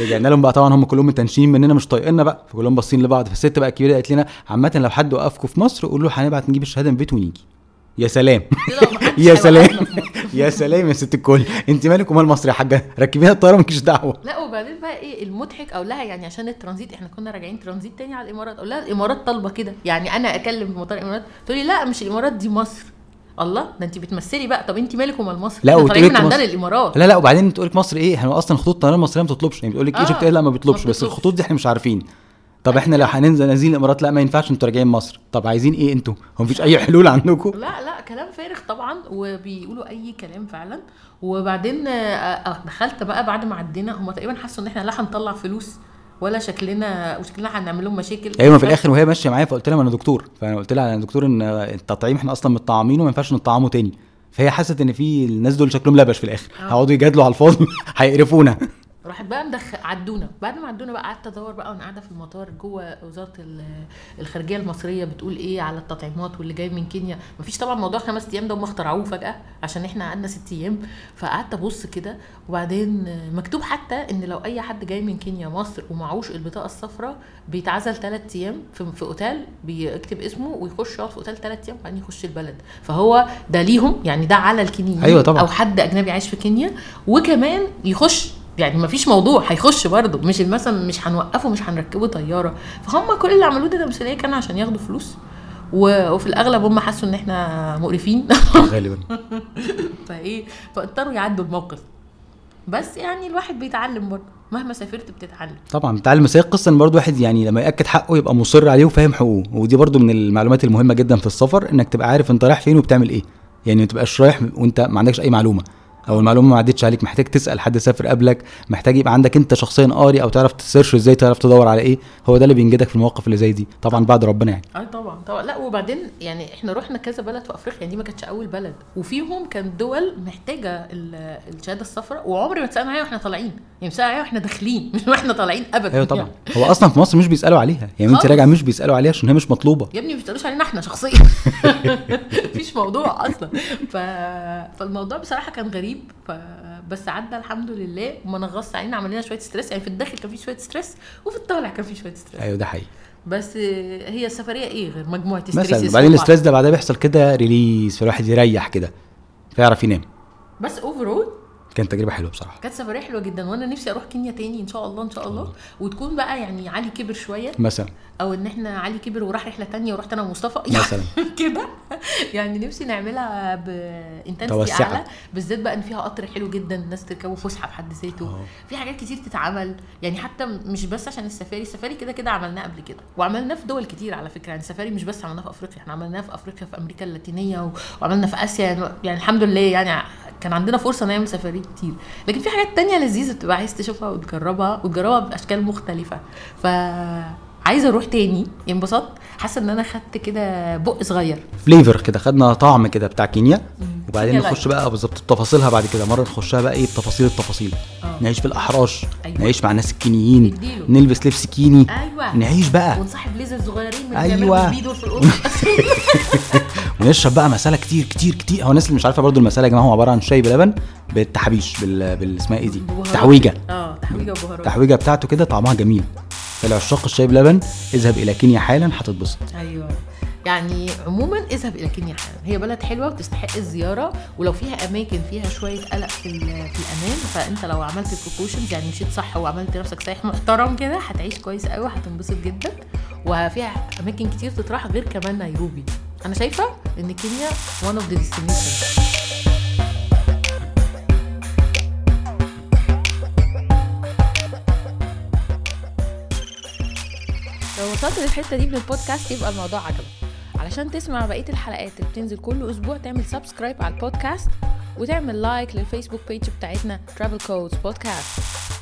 Speaker 3: رجعنا لهم بقى طبعا هم كلهم متنشنين مننا مش طايقيننا بقى فكلهم باصين لبعض فالست بقى الكبيره قالت لنا عامه لو حد وقفكم في مصر قول له هنبعت نجيب الشهاده من البيت ونيجي يا سلام
Speaker 1: طلعوا ما حدش
Speaker 3: يا
Speaker 1: هيوقفنا في مصر.
Speaker 3: سلام يا سلام يا ست الكل انت مالك ومال مصر يا حاجه ركبيها الطياره مالكيش دعوه
Speaker 1: لا وبعدين بقى ايه المضحك او لا يعني عشان الترانزيت احنا كنا راجعين ترانزيت تاني على الامارات اقول لها الامارات طالبه كده يعني انا اكلم في مطار الامارات تقول لي لا مش الامارات دي مصر الله ده انت بتمثلي بقى طب انت مالك ومال مصر
Speaker 3: لا
Speaker 1: احنا
Speaker 3: وتقول
Speaker 1: طالعين
Speaker 3: لك
Speaker 1: من عندنا
Speaker 3: مصر.
Speaker 1: الامارات
Speaker 3: لا لا وبعدين بتقول لك مصر ايه احنا اصلا خطوط الطيران المصريه ما بتطلبش يعني بتقول لك
Speaker 1: آه،
Speaker 3: ايجيبت ايرلاين ما بيطلبش
Speaker 1: ما
Speaker 3: بس
Speaker 1: بتطلبش.
Speaker 3: الخطوط دي احنا مش عارفين طب احنا لو هننزل نازلين الامارات لا ما ينفعش انتوا راجعين مصر طب عايزين ايه انتوا هو مفيش اي حلول عندكم
Speaker 1: لا لا كلام فارغ طبعا وبيقولوا اي كلام فعلا وبعدين آه، آه، دخلت بقى بعد ما عدينا هم تقريبا حسوا ان احنا لا هنطلع فلوس ولا شكلنا وشكلنا هنعمل لهم مشاكل
Speaker 3: ايوه في الاخر وهي ماشيه معايا فقلت لها ما انا دكتور فانا قلت لها انا دكتور ان التطعيم احنا اصلا متطعمينه وما ينفعش نطعمه تاني فهي حست ان في الناس دول شكلهم لبش في الاخر
Speaker 1: آه.
Speaker 3: هيقعدوا يجادلوا على الفاضي هيقرفونا
Speaker 1: راح بقى مدخل عدونا بعد ما عدونا بقى قعدت ادور بقى وانا قاعده في المطار جوه وزاره ال- الخارجيه المصريه بتقول ايه على التطعيمات واللي جاي من كينيا مفيش طبعا موضوع خمس ايام ده هم اخترعوه فجاه عشان احنا قعدنا ست ايام فقعدت ابص كده وبعدين مكتوب حتى ان لو اي حد جاي من كينيا مصر ومعهوش البطاقه الصفراء بيتعزل ثلاث ايام في, في اوتيل بيكتب اسمه ويخش يقعد في اوتيل ثلاث ايام وبعدين يخش البلد فهو ده ليهم يعني ده على الكينيين
Speaker 3: أيوة طبعاً.
Speaker 1: او حد اجنبي عايش في كينيا وكمان يخش يعني مفيش موضوع هيخش برضه مش مثلا مش هنوقفه مش هنركبه طياره فهم كل اللي عملوه ده تمثيليه كان عشان ياخدوا فلوس و- وفي الاغلب هم حسوا ان احنا مقرفين
Speaker 3: غالبا
Speaker 1: فايه فاضطروا يعدوا الموقف بس يعني الواحد بيتعلم برضه مهما سافرت بتتعلم
Speaker 3: طبعا بتاع المسائق قصه ان برضه واحد يعني لما ياكد حقه يبقى مصر عليه وفاهم حقوقه ودي برضه من المعلومات المهمه جدا في السفر انك تبقى عارف انت رايح فين وبتعمل ايه يعني ما تبقاش رايح وانت ما عندكش اي معلومه او المعلومه ما عدتش عليك محتاج تسال حد سافر قبلك محتاج يبقى عندك انت شخصيا قاري او تعرف تسيرش ازاي تعرف تدور على ايه هو ده اللي بينجدك في المواقف اللي زي دي طبعا بعد ربنا يعني
Speaker 1: اه طبعا طبعا لا وبعدين يعني احنا رحنا كذا بلد في افريقيا دي ما كانتش اول بلد وفيهم كان دول محتاجه ال- الشهاده الصفراء وعمري ما اتسالنا عليها واحنا طالعين يعني اتسالنا عليها واحنا داخلين مش واحنا طالعين ابدا
Speaker 3: ايوه طبعا
Speaker 1: يعني.
Speaker 3: هو اصلا في مصر مش بيسالوا عليها يعني انت
Speaker 1: خالص.
Speaker 3: راجع مش بيسالوا عليها عشان هي مش مطلوبه
Speaker 1: يا ابني ما بيسالوش علينا احنا شخصيا مفيش موضوع اصلا ف... فالموضوع بصراحه كان غريب ف... بس عدى الحمد لله وما نغص علينا عمل لنا شويه ستريس يعني في الداخل كان في شويه ستريس وفي الطالع كان في شويه ستريس
Speaker 3: ايوه ده حقيقي
Speaker 1: بس هي السفريه ايه غير مجموعه ستريس
Speaker 3: مثلا بعدين الستريس ده بعدها بيحصل كده ريليز فالواحد يريح كده فيعرف ينام
Speaker 1: بس اوفرول
Speaker 3: كانت تجربه حلوه بصراحه
Speaker 1: كانت سفريه حلوه جدا وانا نفسي اروح كينيا تاني ان شاء الله ان شاء الله
Speaker 3: الله.
Speaker 1: وتكون بقى يعني علي كبر شويه
Speaker 3: مثلا
Speaker 1: او ان احنا علي كبر وراح رحله تانية ورحت انا ومصطفى
Speaker 3: مثلا
Speaker 1: كده يعني نفسي نعملها بانتنسيتي
Speaker 3: متوسعة.
Speaker 1: اعلى بالذات بقى ان فيها قطر حلو جدا الناس تركبه فسحه بحد ذاته
Speaker 3: اه.
Speaker 1: في حاجات كتير تتعمل يعني حتى مش بس عشان السفاري السفاري كده كده عملناه قبل كده وعملناه في دول كتير على فكره يعني السفاري مش بس عملناه في افريقيا احنا عملناه في افريقيا في امريكا اللاتينيه و- وعملنا في اسيا يعني- يعني الحمد لله يعني كان عندنا فرصه نعمل سفاري كتير لكن في حاجات تانية لذيذه بتبقى عايز تشوفها وتجربها وتجربها باشكال مختلفه ف عايزه اروح تاني انبسطت حاسه ان انا خدت كده بق صغير
Speaker 3: فليفر كده خدنا طعم كده بتاع كينيا وبعدين
Speaker 1: كينيا
Speaker 3: نخش بقى بالظبط بتفاصيلها بعد كده مره نخشها بقى ايه بتفاصيل التفاصيل
Speaker 1: اه.
Speaker 3: نعيش في الاحراش
Speaker 1: أيوة.
Speaker 3: نعيش مع الناس الكينيين
Speaker 1: نديله.
Speaker 3: نلبس لبس كيني
Speaker 1: ايوه
Speaker 3: نعيش بقى
Speaker 1: ونصاحب ليزر صغيرين من
Speaker 3: آه. أيوة.
Speaker 1: أيوة. بيدور في الاوضه
Speaker 3: ونشرب بقى مسالة كتير كتير كتير هو الناس اللي مش عارفه برضو المسالة يا جماعه هو عباره عن شاي بلبن بالتحبيش بال... بال... اسمها ايه دي
Speaker 1: بهارات.
Speaker 3: تحويجه
Speaker 1: اه تحويجه وبهارات
Speaker 3: التحويجه بتاعته كده طعمها جميل فلعشاق الشاي بلبن اذهب الى كينيا حالا هتتبسط
Speaker 1: ايوه يعني عموما اذهب الى كينيا حالا هي بلد حلوه وتستحق الزياره ولو فيها اماكن فيها شويه قلق في ال- في الامان فانت لو عملت بروبوشنز يعني مشيت صح وعملت نفسك سايح محترم كده هتعيش كويس قوي وهتنبسط جدا وفيها اماكن كتير تطرح غير كمان نيروبي انا شايفه ان كينيا وان اوف ذا ديستنيشن لو وصلت للحته دي من البودكاست يبقى الموضوع عجبك علشان تسمع بقيه الحلقات اللي بتنزل كل اسبوع تعمل سبسكرايب على البودكاست وتعمل لايك للفيسبوك بيج بتاعتنا Travel Codes Podcast